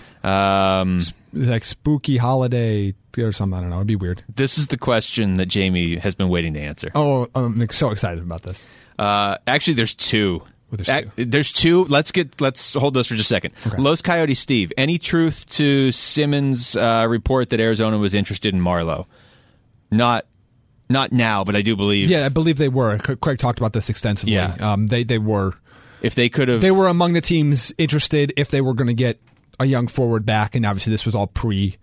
S2: Um,
S3: Like spooky holiday or something. I don't know. It'd be weird.
S2: this is the question that Jamie has been waiting to answer.
S3: Oh, I'm so excited about this.
S2: Uh, actually, there's two.
S3: Well, Oh, there's
S2: Ac- there's two. Let's get let's hold those for just a second. Los Coyote Steve, any truth to Simmons' uh, report that Arizona was interested in Marlowe? Not not now, but I do believe
S3: Yeah, I believe they were. C- Craig talked about this extensively.
S2: Yeah.
S3: Um, they, they were.
S2: if they could have
S3: They were among the teams interested if they were going to get a young forward back, and obviously this was all pre.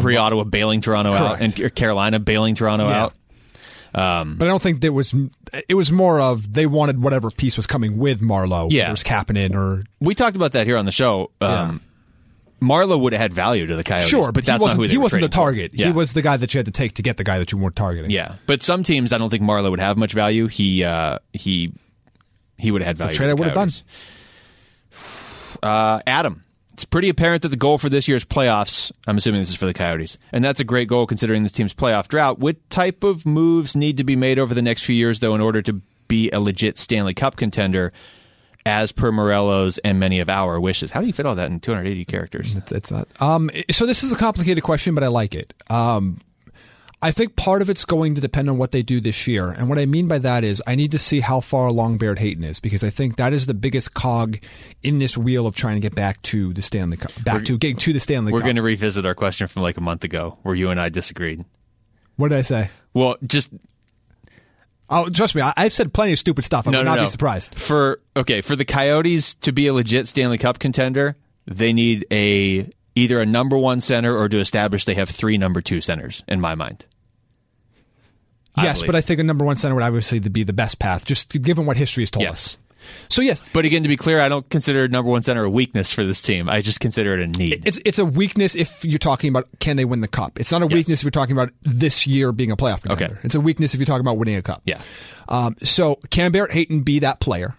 S2: pre uh, Ottawa bailing Toronto out
S3: Correct.
S2: and or Carolina bailing Toronto
S3: Yeah.
S2: out. Mm-hmm.
S3: But I don't think there was. It was more of they wanted whatever piece was coming with Marlowe.
S2: Yeah.
S3: whether it was Kapanen or
S2: We talked about that here on the show. Um, Marlowe would have had value to the Coyotes,
S3: sure,
S2: but
S3: he
S2: that's
S3: wasn't,
S2: not who they
S3: he
S2: were
S3: wasn't the
S2: trading for.
S3: target.
S2: Yeah.
S3: He was the guy that you had to take to get the guy that you weren't targeting.
S2: Yeah, but some teams, I don't think Marlowe would have much value. He uh, he he would have had value.
S3: trade I
S2: with the
S3: would have done.
S2: Coyotes. Uh, Adam, it's pretty apparent that the goal for this year's playoffs. I'm assuming this is for the Coyotes, and that's a great goal considering this team's playoff drought. What type of moves need to be made over the next few years, though, in order to be a legit Stanley Cup contender? As per Morello's and many of our wishes, how do you fit all that in 280 characters?
S3: It's, it's not. Um, i- so this is a complicated question, but I like it. Um, I think part of it's going to depend on what they do this year, and what I mean by that is I need to see how far along Baird Hayton is because I think that is the biggest cog in this wheel of trying to get back to the Stanley Cup, back to getting to the Stanley
S2: We're
S3: Cup.
S2: going to revisit our question from like a month ago, where you and I disagreed.
S3: what did I say?
S2: Well, just
S3: Oh, trust me, I, I've said plenty of stupid stuff. I
S2: no,
S3: would
S2: no,
S3: not
S2: no.
S3: be surprised.
S2: For okay, for the Coyotes to be a legit Stanley Cup contender, they need a either a number one center or to establish they have three number two centers. In my mind, I
S3: yes,
S2: believe.
S3: but I think a number one center would obviously be the best path, just given what history has told
S2: Yes.
S3: us. So yes,
S2: But again, to be clear, I don't consider number one center a weakness for this team. I just consider it a need.
S3: It's it's a weakness if you're talking about can they win the cup. It's not a
S2: Yes.
S3: weakness if you're talking about this year being a playoff contender.
S2: Okay.
S3: It's a weakness if you're talking about winning a cup.
S2: Yeah.
S3: Um, so can Barrett Hayton be that player?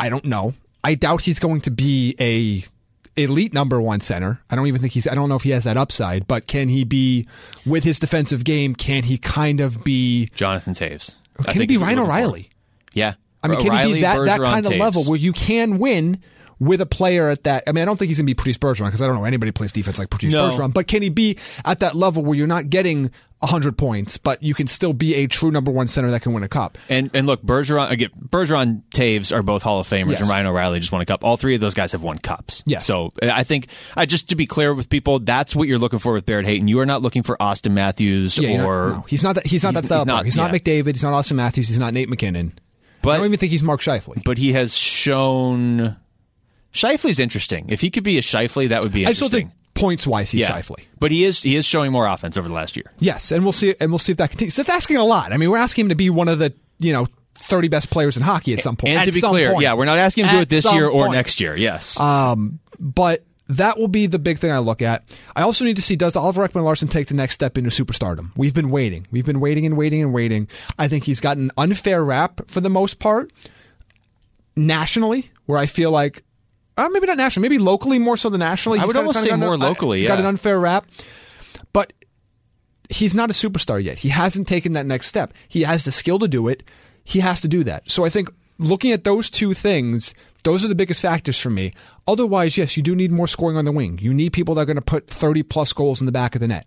S3: I don't know. I doubt he's going to be a elite number one center. I don't even think he's. I don't know if he has that upside. But can he be with his defensive game? Can he kind of be?
S2: Jonathan Taves. I
S3: Can he
S2: think
S3: be
S2: is what
S3: Ryan
S2: we're looking
S3: O'Reilly?
S2: for. Yeah,
S3: I mean, can he
S2: O'Reilly,
S3: be that, that
S2: Bergeron,
S3: kind of
S2: Taves.
S3: level where you can win with a player at that? I mean, I don't think he's going to be Patrice Bergeron because I don't know anybody plays defense like Patrice
S2: No.
S3: Bergeron. But can he be at that level where you're not getting 100 points, but you can still be a true number one center that can win a cup?
S2: And and look, Bergeron again. Bergeron, Taves are both Hall of Famers,
S3: Yes.
S2: and Ryan O'Reilly just won a cup. All three of those guys have won cups.
S3: Yes.
S2: So uh, I think I just to be clear with people, that's what you're looking for with Barrett Hayton. You are not looking for Austin Matthews
S3: you're not-
S2: or
S3: no, he's not that. He's not that
S2: He's-
S3: style.
S2: he's
S3: player.
S2: not-
S3: He's not,
S2: yeah.
S3: McDavid. He's not Austin Matthews. He's not Nate McKinnon. I
S2: But-
S3: don't even think he's Mark Scheifele.
S2: but he has shown. Shifley's interesting. If he could be a Shifley, that would be. Interesting.
S3: I still think points wise he's
S2: yeah.
S3: Scheifele.
S2: But he is he is showing more offense over the last year.
S3: Yes, and we'll see. And we'll see if that continues. That's asking a lot. I mean, we're asking him to be one of the you know 30 best players in hockey at some point.
S2: And
S3: At
S2: to be
S3: some
S2: clear,
S3: point.
S2: yeah, we're not asking him to do
S3: At
S2: it this
S3: some
S2: year or
S3: point.
S2: next year. Yes.
S3: but that will be the big thing I look at. I also need to see does Oliver Ekman Larson take the next step into superstardom? We've been waiting. We've been waiting and waiting and waiting. I think he's gotten unfair rap for the most part nationally, where I feel like uh, maybe not nationally, maybe locally more so than nationally.
S2: I
S3: He's
S2: would
S3: got-
S2: almost
S3: kinda
S2: say
S3: got
S2: more
S3: an-
S2: locally,
S3: uh, Got
S2: yeah.
S3: an unfair rap, but he's not a superstar yet. He hasn't taken that next step. He has the skill to do it. He has to do that. So I think looking at those two things, those are the biggest factors for me. Otherwise, yes, you do need more scoring on the wing. You need people that are going to put 30 plus goals in the back of the net.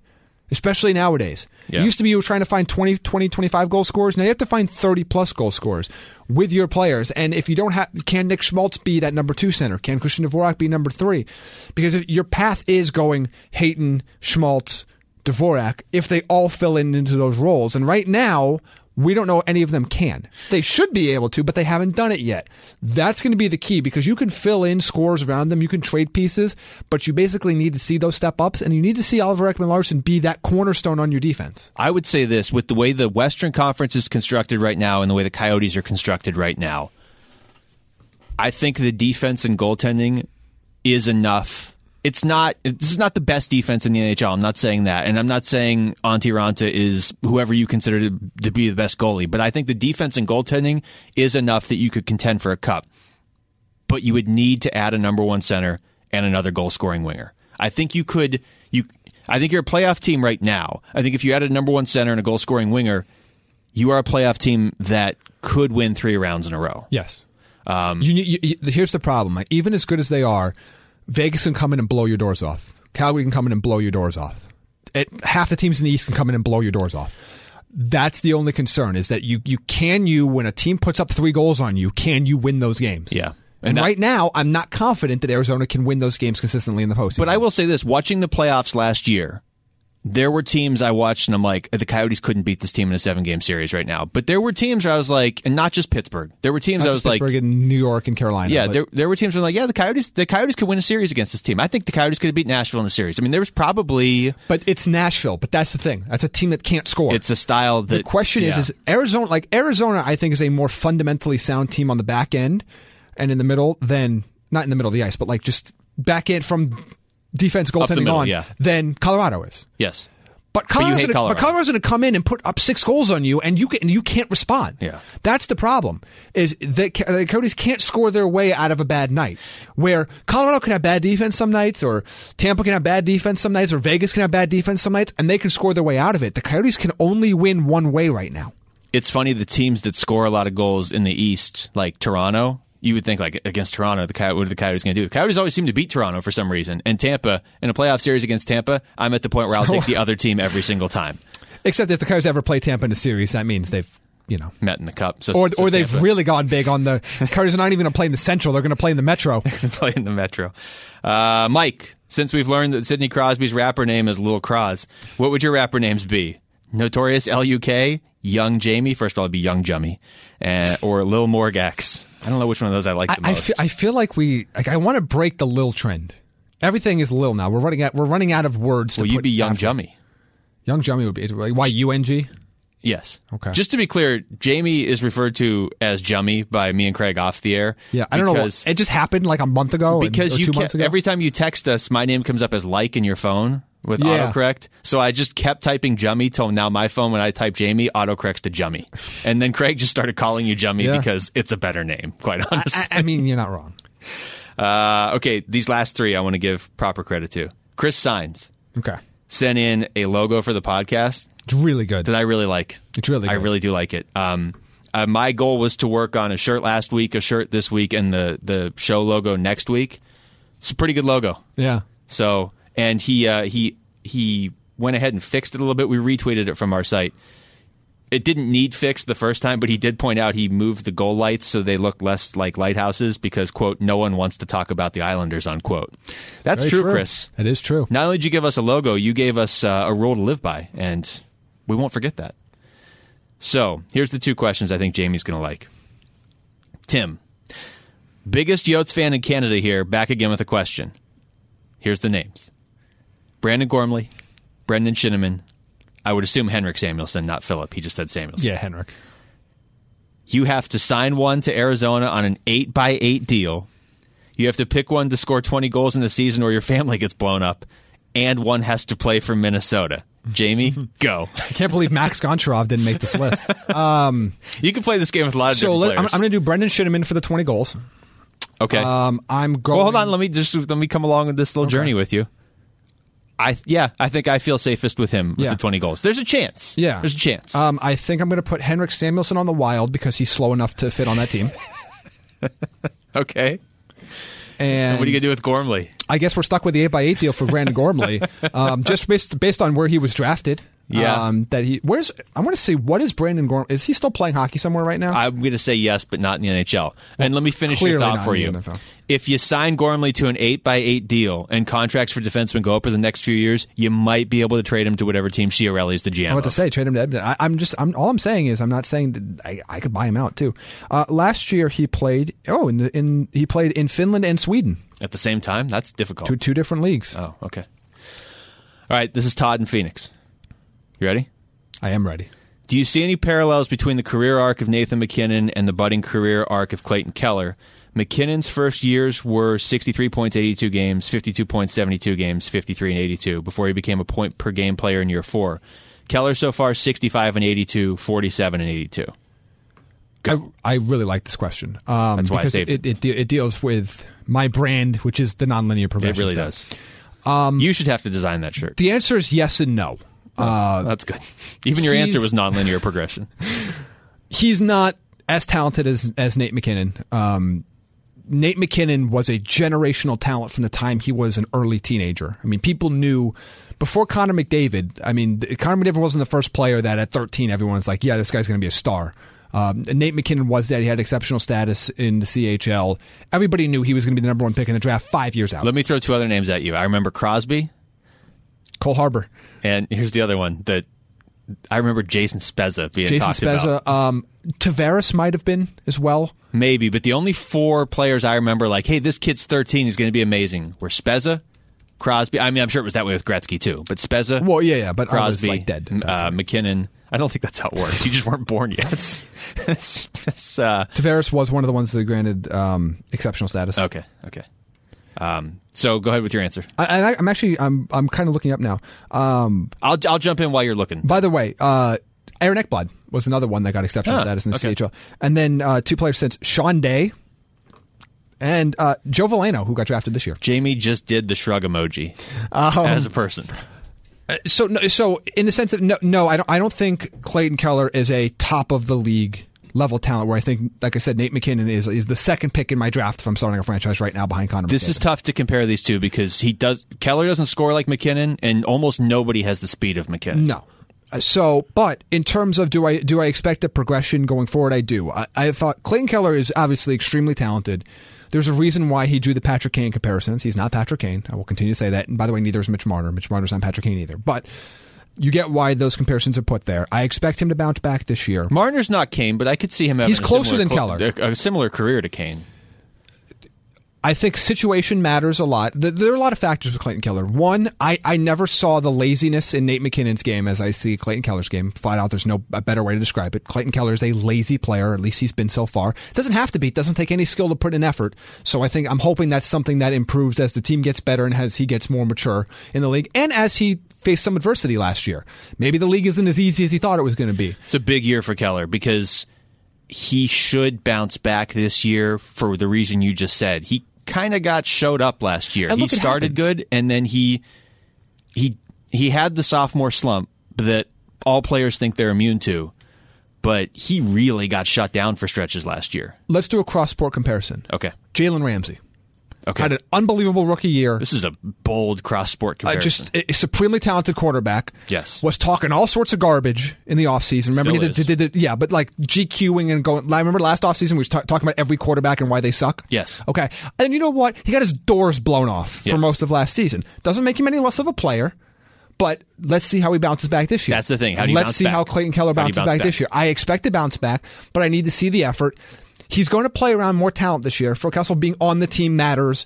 S3: Especially nowadays.
S2: Yeah.
S3: It used to be you were trying to find 20, 20, 25 goal scorers. Now you have to find 30 plus goal scorers with your players. And if you don't have, can Nick Schmaltz be that number two center? Can Christian Dvorak be number three? Because if your path is going Hayton, Schmaltz, Dvorak if they all fill in into those roles. And right now, We don't know any of them can. They should be able to, but they haven't done it yet. That's going to be the key because you can fill in scores around them, you can trade pieces, but you basically need to see those step ups, and you need to see Oliver Ekman Larson be that cornerstone on your defense.
S2: I would say this with the way the Western Conference is constructed right now and the way the Coyotes are constructed right now, I think the defense and goaltending is enough. It's not. This is not the best defense in the NHL. I'm not saying that, and I'm not saying Antti Ranta is whoever you consider to, to be the best goalie. But I think the defense and goaltending is enough that you could contend for a cup. But you would need to add a number one center and another goal scoring winger. I think you could. You. I think you're a playoff team right now. I think if you added a number one center and a goal scoring winger, you are a playoff team that could win three rounds in a row.
S3: Yes.
S2: Um,
S3: you, you, you, here's the problem. Like, even as good as they are, Vegas can come in and blow your doors off. Calgary can come in and blow your doors off. It, half the teams in the East can come in and blow your doors off. That's the only concern is that you, you can you when a team puts up three goals on you, can you win those games?
S2: Yeah.
S3: And,
S2: And that-
S3: right now, I'm not confident that Arizona can win those games consistently in the postseason.
S2: But I will say this: watching the playoffs last year, there were teams I watched and I'm like, the Coyotes couldn't beat this team in a seven game series right now. But there were teams where I was like, and not just Pittsburgh. There were teams
S3: Not
S2: I was
S3: just
S2: like,
S3: Pittsburgh and New York and Carolina.
S2: yeah,
S3: but-
S2: there there were teams where I'm like, yeah, the Coyotes, the Coyotes could win a series against this team. I think the Coyotes could have beat Nashville in a series. I mean, there was probably
S3: but it's Nashville. But that's the thing. That's a team that can't score.
S2: it's a style that
S3: the question
S2: yeah.
S3: is is Arizona like Arizona I think is a more fundamentally sound team on the back end and in the middle than not in the middle of the ice but like just back end from defense goaltending
S2: middle,
S3: on
S2: yeah.
S3: than Colorado is.
S2: yes.
S3: But
S2: you
S3: Colorado's,
S2: hate
S3: gonna,
S2: Colorado.
S3: but Colorado's going to come in and put up six goals on you, and you can, and you can't respond.
S2: Yeah.
S3: that's the problem. Is that Ca- the Coyotes can't score their way out of a bad night? Where Colorado can have bad defense some nights, or Tampa can have bad defense some nights, or Vegas can have bad defense some nights, and they can score their way out of it. The Coyotes can only win one way right now.
S2: it's funny the teams that score a lot of goals in the East, like Toronto. You would think like against Toronto, the Coy- what are the Coyotes going to do? The Coyotes always seem to beat Toronto for some reason, and Tampa in a playoff series against Tampa. I'm at the point where I'll take the other team every single time
S3: Except if the Coyotes ever play Tampa in a series, that means they've you know.
S2: met in the cup. So,
S3: Or,
S2: so
S3: or they've
S2: Tampa
S3: really gone big on the Coyotes are not even going to play in the Central. They're going to play in the Metro.
S2: play in the Metro. Uh, Mike, since we've learned that Sidney Crosby's rapper name is Lil Cross, what would your rapper names be? Notorious L.U.K. Young Jamie. First of all, it'd be Young Jummy, and or Lil Morgax. I don't know which one of those I like the
S3: I, I,
S2: most.
S3: feel, I feel like we like I want to break the lil trend. Everything is lil now. We're running out. We're running out of words.
S2: well,
S3: to
S2: you'd
S3: put
S2: be Young
S3: after-
S2: Jummy.
S3: Young Jummy would be why U N G.
S2: Yes.
S3: Okay.
S2: Just to be clear, Jamie is referred to as Jummy by me and Craig off the air.
S3: Yeah, I don't
S2: because,
S3: know. It just happened like a month ago. and-
S2: because
S3: or
S2: you
S3: two
S2: kept-
S3: months ago.
S2: every time you text us, my name comes up as like in your phone with
S3: Yeah.
S2: autocorrect. So I just kept typing Jummy till now my phone when I type Jamie autocorrects to Jummy, and then Craig just started calling you Jummy
S3: Yeah.
S2: because it's a better name, quite honestly.
S3: I, I mean, you're not wrong.
S2: uh, okay, these last three I want to give proper credit to. Chris Signs
S3: Okay,
S2: sent in a logo for the podcast
S3: it's really good.
S2: that I really like.
S3: It's really
S2: I
S3: good.
S2: really do like it. Um, uh, my goal was to work on a shirt last week, a shirt this week, and the the show logo next week. It's a pretty good logo.
S3: Yeah,
S2: So, and he uh, he he went ahead and fixed it a little bit. We retweeted it from our site. It didn't need fixed the first time, but he did point out he moved the goal lights so they look less like lighthouses because quote no one wants to talk about the Islanders unquote. That's
S3: Very
S2: true, Chris.
S3: That is true.
S2: Not only did you give us a logo, you gave us uh, a rule to live by, and we won't forget that. So, here's the two questions I think Jamie's going to like. Tim, biggest Yotes fan in Canada here, back again with a question. Here's the names Brandon Gormley, Brendan Shinneman. I would assume Henrik Samuelson, not Philip. He just said Samuelson.
S3: Yeah, Henrik.
S2: You have to sign one to Arizona on an 8 by 8 deal. You have to pick one to score 20 goals in the season or your family gets blown up. And one has to play for Minnesota. Jamie, go.
S3: I can't believe Max Goncharov didn't make this list.
S2: You can play this game with a lot of
S3: so
S2: different
S3: let, I'm,
S2: players.
S3: I'm going to do Brendan Shinneman for the 20 goals.
S2: okay.
S3: Um, I'm going.
S2: well, hold on. Let me just let me come along with this little journey with you. I yeah, I think I feel safest with him with
S3: Yeah.
S2: the 20 goals. There's a chance.
S3: Yeah,
S2: There's a chance.
S3: Um, I think I'm going to put Henrik Samuelson on the Wild because he's slow enough to fit on that team.
S2: okay.
S3: And
S2: What are you going to do with Gormley?
S3: I guess we're stuck with the eight by eight deal for Brandon Gormley, um, just based based on where he was drafted.
S2: Yeah.
S3: Um, that he where's I want to see what is Brandon Gorman? Is he still playing hockey somewhere right now?
S2: I'm going to say yes, but not in the NHL. and let me finish your
S3: clearly
S2: thought
S3: not
S2: for
S3: in the
S2: you.
S3: NFL.
S2: If you sign Gormley to an eight by eight deal and contracts for defensemen go up over the next few years, you might be able to trade him to whatever team Chiarelli is the GM.
S3: I want to
S2: of.
S3: say trade him to Edmonton. I, I'm just I'm all I'm saying is I'm not saying that I, I could buy him out too. Uh, last year he played oh in the, in he played in Finland and Sweden
S2: At the same time, that's difficult.
S3: two two different leagues.
S2: Oh, okay. All right, this is Todd in Phoenix. You ready?
S3: I am ready.
S2: Do you see any parallels between the career arc of Nathan McKinnon and the budding career arc of Clayton Keller? McKinnon's first years were 63 points, 82 games, 52 points, 72 games, 53 and 82 before he became a point per game player in year four. Keller so far 65 and 82, 47 and 82.
S3: I, I really like this question. Um,
S2: That's why I
S3: because
S2: saved
S3: it. It, de- it deals with my brand, which is the nonlinear
S2: It
S3: progression.
S2: really
S3: stuff. Um,
S2: does. you should have to design that shirt.
S3: The answer is yes and no.
S2: That's good. Even your answer was
S3: he's-
S2: nonlinear progression.
S3: he's not as talented as as Nate McKinnon. Um, Nate McKinnon was a generational talent from the time he was an early teenager. I mean, people knew before Connor McDavid. I mean, th- Connor McDavid wasn't the first player that at 13 everyone's like, yeah, this guy's going to be a star. Um, and Nate McKinnon was that. He had exceptional status in the CHL. Everybody knew he was going to be the number one pick in the draft five years out.
S2: Let me throw two other names at you. I remember Crosby,
S3: Cole Harbor,
S2: and here's the other one that I remember Jason Spezza being
S3: Jason
S2: talked about.
S3: Spezza, um, Tavares might have been as well.
S2: Maybe, but the only four players I remember, like, hey, this kid's 13, he's going to be amazing, were Spezza, Crosby. I mean, I'm sure it was that way with Gretzky, too. But Spezza,
S3: Well, yeah, yeah, but I was,
S2: Crosby,
S3: like, dead at that
S2: uh, McKinnon. I don't think that's how it works. You just weren't born yet. It's- it's, uh,
S3: Tavares was one of the ones that granted um, exceptional status.
S2: okay, okay. Um, so go ahead with your answer.
S3: I, and I, I'm actually I'm I'm kind of looking up now. Um,
S2: I'll, I'll jump in while you're looking.
S3: by the way, uh, Aaron Eckblad was another one that got exceptional
S2: Huh,
S3: status in the
S2: Ah, okay.
S3: CHL, and then uh, two players since Sean Day and uh, Joe Valeno, who got drafted this year.
S2: Jamie just did the shrug emoji
S3: Oh.
S2: as a person.
S3: Uh, So no, so in the sense that no, no, I don't I don't think Clayton Keller is a top of the league level talent. Where I think, like I said, Nate McKinnon is is the second pick in my draft if I'm starting a franchise right now behind Connor.
S2: This is
S3: McDavid.
S2: tough to compare these two because he does Keller doesn't score like McKinnon, and almost nobody has the speed of McKinnon.
S3: No. Uh, So, but in terms of do I do I expect a progression going forward? I do. I, I thought Clayton Keller is obviously extremely talented. There's a reason why he drew the Patrick Kane comparisons. He's not Patrick Kane. I will continue to say that. And by the way, neither is Mitch Marner. Mitch Marner's not Patrick Kane either. But you get why those comparisons are put there. I expect him to bounce back this year.
S2: Marner's not Kane, but I could see him having
S3: He's
S2: a similar
S3: closer than
S2: clo-
S3: Keller.
S2: A, a similar career to Kane.
S3: I think situation matters a lot. Th- There are a lot of factors with Clayton Keller. One, I, I never saw the laziness in Nate McKinnon's game as I see Clayton Keller's game. Flat out, there's no a better way to describe it. Clayton Keller is a lazy player, at least he's been so far. Doesn't have to be, doesn't take any skill to put in effort. So I think I'm hoping that's something that improves as the team gets better and as he gets more mature in the league and as he faced some adversity last year. Maybe the league isn't as easy as he thought it was going to be.
S2: It's a big year for Keller because he should bounce back this year for the reason you just said. He kind of got showed up last year.
S3: And
S2: he
S3: look, it
S2: started
S3: happened.
S2: good, and then he he he had the sophomore slump that all players think they're immune to, but he really got shut down for stretches last year.
S3: Let's do a cross-sport comparison.
S2: Okay,
S3: Jalen Ramsey
S2: okay.
S3: had an unbelievable rookie year.
S2: this is a bold cross sport
S3: uh,
S2: comparison.
S3: just a a supremely talented quarterback.
S2: Yes.
S3: was talking all sorts of garbage in the offseason. Remember,
S2: Still
S3: he
S2: is.
S3: did, did, did- yeah, but like GQing and going. I remember last offseason we were ta- talking about every quarterback and why they suck.
S2: Yes.
S3: Okay, and you know what? He got his doors blown off
S2: Yes.
S3: for most of last season. Doesn't make him any less of a player. But let's see how he bounces back this year.
S2: That's the thing. How do
S3: And
S2: you
S3: let's
S2: bounce
S3: see
S2: back?
S3: how Clayton Keller
S2: How do you
S3: bounces
S2: bounce
S3: back,
S2: back?
S3: this year. I expect to bounce back, but I need to see the effort. He's going to play around more talent this year. For Kessel being on the team matters.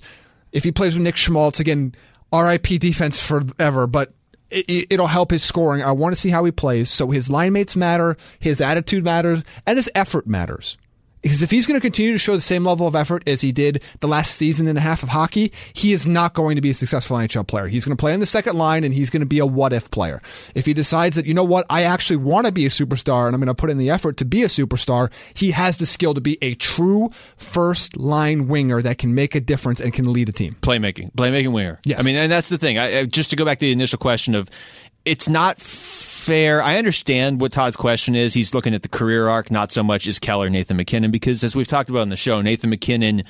S3: If he plays with Nick Schmaltz again, RIP defense forever, but it- it, it'll help his scoring. I want to see how he plays. So his line mates matter, his attitude matters, and his effort matters. Because if he's going to continue to show the same level of effort as he did the last season and a half of hockey, he is not going to be a successful NHL player. He's going to play on the second line and he's going to be a what if player. If he decides that, you know what, I actually want to be a superstar and I'm going to put in the effort to be a superstar, he has the skill to be a true first line winger that can make a difference and can lead a team.
S2: playmaking, playmaking winger.
S3: Yes.
S2: I mean, and that's the thing. I, I, just to go back to the initial question of, it's not fair. I understand what Todd's question is. He's looking at the career arc, not so much is Keller Nathan McKinnon, because as we've talked about on the show, Nathan McKinnon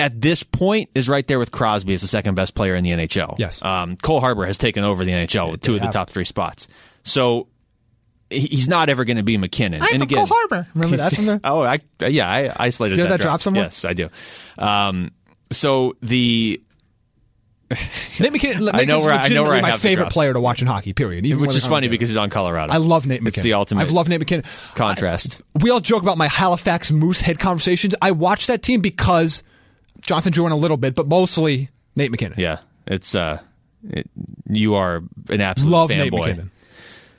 S2: at this point is right there with Crosby as the second best player in the NHL.
S3: Yes.
S2: um, Cole Harbor has taken over the NHL with two of the
S3: have.
S2: top three spots. So he- he's not ever going to be McKinnon.
S4: I'm
S2: and
S4: from
S2: again,
S4: Cole Harbor. Remember that from the-
S2: oh, I yeah, I isolated
S3: Feel
S2: that,
S3: that drop somewhere?
S2: Yes, I do. Um, so the
S3: Nate McKinnon, Nate
S2: I know
S3: McKinnon's
S2: where I- I know
S3: legitimately
S2: where I
S3: my
S2: have the
S3: favorite
S2: drops.
S3: player to watch in hockey. Period. Even more
S2: which
S3: than
S2: is funny
S3: Heineken.
S2: because he's on Colorado.
S3: I love Nate McKinnon.
S2: It's the ultimate.
S3: I've loved Nate McKinnon.
S2: Contrast.
S3: I- we all joke about my Halifax Moosehead conversations. I watch that team because Jonathan Drouin a little bit, but mostly Nate McKinnon.
S2: Yeah, it's uh, it, you are an absolute
S3: Love Nate
S2: fanboy.
S3: McKinnon.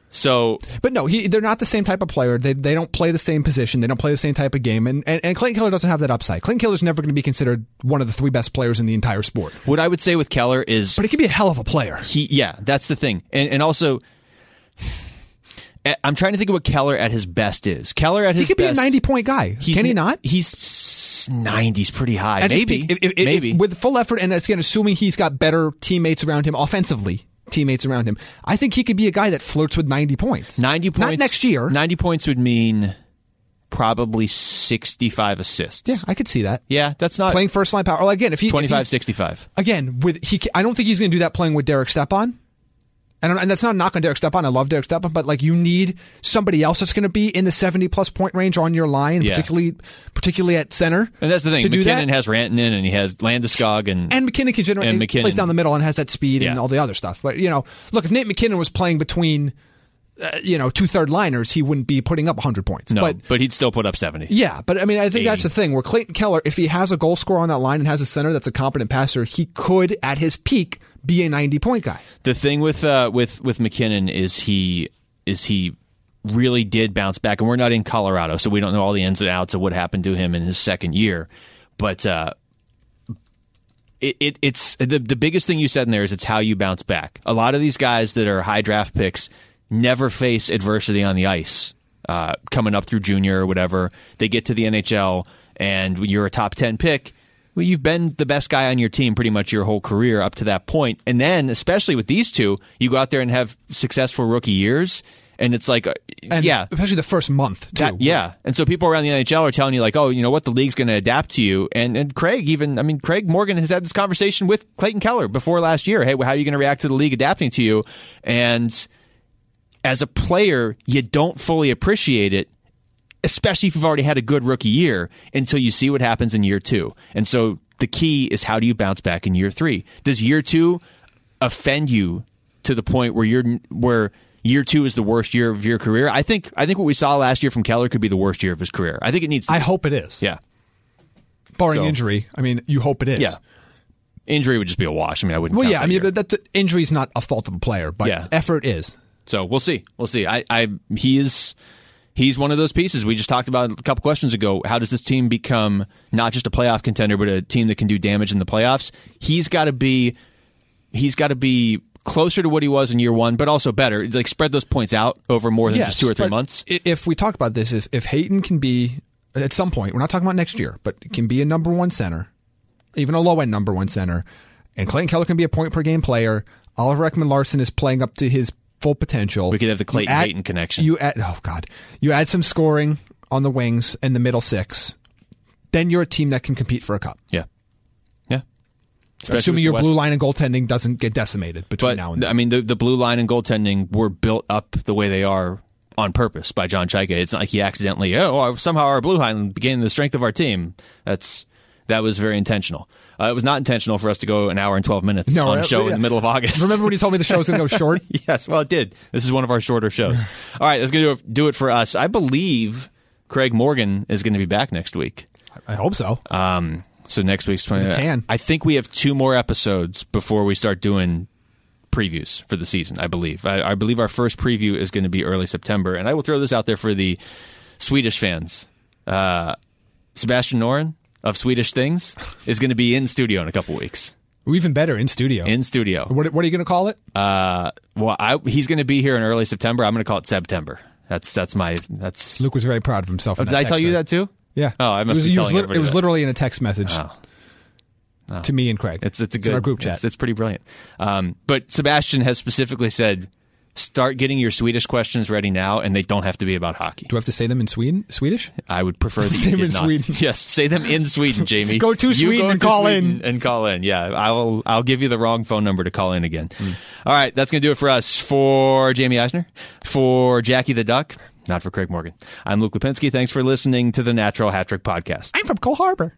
S2: so
S3: But no, he, they're not the same type of player. They, they don't play the same position. They don't play the same type of game. And, and, and Clayton Keller doesn't have that upside. Clayton Keller's never going to be considered one of the three best players in the entire sport.
S2: what I would say with Keller is
S3: But he could be a hell of a player.
S2: he yeah that's the thing and and also eh, i'm trying to think of what keller at his best is keller at his
S3: He could be a
S2: best-
S3: 90 point guy.
S2: he's
S3: Can he
S2: n-
S3: not?
S2: he's 90s pretty high
S3: At his
S2: maybe
S3: peak, if- if- if-
S2: maybe
S3: with full effort, and again, assuming he's got better teammates around him offensively, teammates around him, I think he could be a guy that flirts with 90 points.
S2: 90 points
S3: Not next year.
S2: 90 points would mean probably 65 assists
S3: Yeah, I could see that.
S2: yeah that's not
S3: Playing first line power. Well, again, if he if
S2: 25
S3: he's-
S2: 65
S3: again with he, I don't think he's going to do that playing with Derek Stepan. And, and that's not a knock on Derek Stepan. I love Derek Stepan, but like you need somebody else that's going to be in the seventy plus point range on your line,
S2: Yeah.
S3: particularly particularly at center.
S2: and that's the thing
S3: To do that.
S2: mckinnon has rantanen and he has landeskog and
S3: and McKinnon can generate
S2: And
S3: he plays
S2: McKinnon.
S3: down the middle and has that speed and
S2: Yeah.
S3: all the other stuff. But you know, look, if Nate McKinnon was playing between, uh, you know, two third liners, he wouldn't be putting up 100 points.
S2: no
S3: But
S2: but, he'd still put up 70
S3: yeah, but I mean, I think that's
S2: 80.
S3: the thing where Clayton Keller, if he has a goal scorer on that line and has a center that's a competent passer, he could at his peak be a 90 point guy.
S2: The thing with uh, with with McKinnon is he is he really did bounce back, and we're not in Colorado, so we don't know all the ins and outs of what happened to him in his second year. But uh, it, it it's the the biggest thing you said in there is it's how you bounce back. A lot of these guys that are high draft picks never face adversity on the ice. Uh, coming up through junior or whatever, they get to the NHL and you're a top ten pick. Well, you've been the best guy on your team pretty much your whole career up to that point, and then especially with these two, you go out there and have successful rookie years, and it's like, uh,
S3: And
S2: yeah,
S3: especially the first month too.
S2: that- yeah. And so people around the NHL are telling you like, oh, you know what, the league's going to adapt to you. And and Craig even, I mean, Craig Morgan has had this conversation with Clayton Keller before last year. Hey, how are you going to react to the league adapting to you? And as a player, you don't fully appreciate it. Especially if you've already had a good rookie year, until you see what happens in year two. And so the key is how do you bounce back in year three? Does year two offend you to the point where you're where year two is the worst year of your career? I think I think what we saw last year from Keller could be the worst year of his career. I think it needs to,
S3: I hope it is.
S2: yeah
S3: Barring
S2: So-
S3: injury, I mean, you hope it is.
S2: yeah injury would just be a wash. I mean, I wouldn't.
S3: Well,
S2: count
S3: yeah,
S2: that
S3: I mean,
S2: year.
S3: that, that injury's not a fault of the player, but
S2: Yeah.
S3: effort is.
S2: So we'll see. We'll see. I, I he is he's one of those pieces we just talked about a couple questions ago. How does this team become not just a playoff contender, but a team that can do damage in the playoffs? He's got to be he's got to be closer to what he was in year one, but also better. Like spread those points out over more than just two or three
S3: but
S2: months.
S3: i- If we talk about this, if, if Hayton can be at some point, we're not talking about next year, but can be a number one center, even a low end number one center, and Clayton Keller can be a point per game player. Oliver Ekman Larson is playing up to his full potential.
S2: We could have the
S3: You
S2: Clayton
S3: add-
S2: Hayton connection.
S3: You add oh god, you add some scoring on the wings and the middle six, then you're a team that can compete for a cup.
S2: Yeah, yeah. Especially
S3: assuming
S2: with
S3: your
S2: the West-
S3: blue line and goaltending doesn't get decimated between
S2: But
S3: now and then.
S2: I mean, the the blue line and goaltending were built up the way they are on purpose by John Chaika. It's not like he accidentally, oh, somehow our blue line became the strength of our team. That's that was very intentional. Uh, it was not intentional for us to go an hour and twelve minutes
S3: No,
S2: on a
S3: uh,
S2: show in
S3: yeah.
S2: the middle of August.
S3: Remember when you told me the show was going to go short?
S2: yes, well, it did. This is one of our shorter shows. All right, that's going to do it, do it for us. I believe Craig Morgan is going to be back next week.
S3: I hope so.
S2: Um, so next week's twenty.
S3: We can.
S2: I think we have two more episodes before we start doing previews for the season. I believe. I, I believe our first preview is going to be early September, and I will throw this out there for the Swedish fans. Uh, Sebastian Noren of Swedish Things is going to be in studio in a couple weeks.
S3: Or even better in studio.
S2: In studio.
S3: What, what are you going to call it?
S2: Uh, well, I, he's going to be here in early September. I'm going to call it September. That's that's my that's.
S3: Luke was very proud of himself. in
S2: did I
S3: text
S2: tell you
S3: there.
S2: that too?
S3: Yeah.
S2: Oh, I must
S3: it was,
S2: be
S3: he was
S2: telling
S3: lit-
S2: everybody
S3: It was
S2: that.
S3: literally in a text message
S2: Oh.
S3: to me and Craig.
S2: It's it's a good
S3: in our group chat.
S2: It's, it's pretty brilliant. Um, but Sebastian has specifically said, start getting your Swedish questions ready now, and they don't have to be about hockey.
S3: Do I have to say them in Sweden? Swedish?
S2: I would prefer that
S3: Say
S2: you
S3: them
S2: did
S3: in
S2: not.
S3: Sweden.
S2: Yes, say them in Sweden, Jamie.
S3: Go to
S2: You
S3: Sweden
S2: go
S3: and
S2: to
S3: call
S2: Sweden
S3: in. Hmm.
S2: and call in. Yeah, I'll I'll give you the wrong phone number to call in again. All right, that's going to do it for us. For Jamie Eisner, for Jackie the Duck, not for Craig Morgan. I'm Luke Lipinski. Thanks for listening to the Natural Hat Trick Podcast.
S3: I'm from Cole Harbor.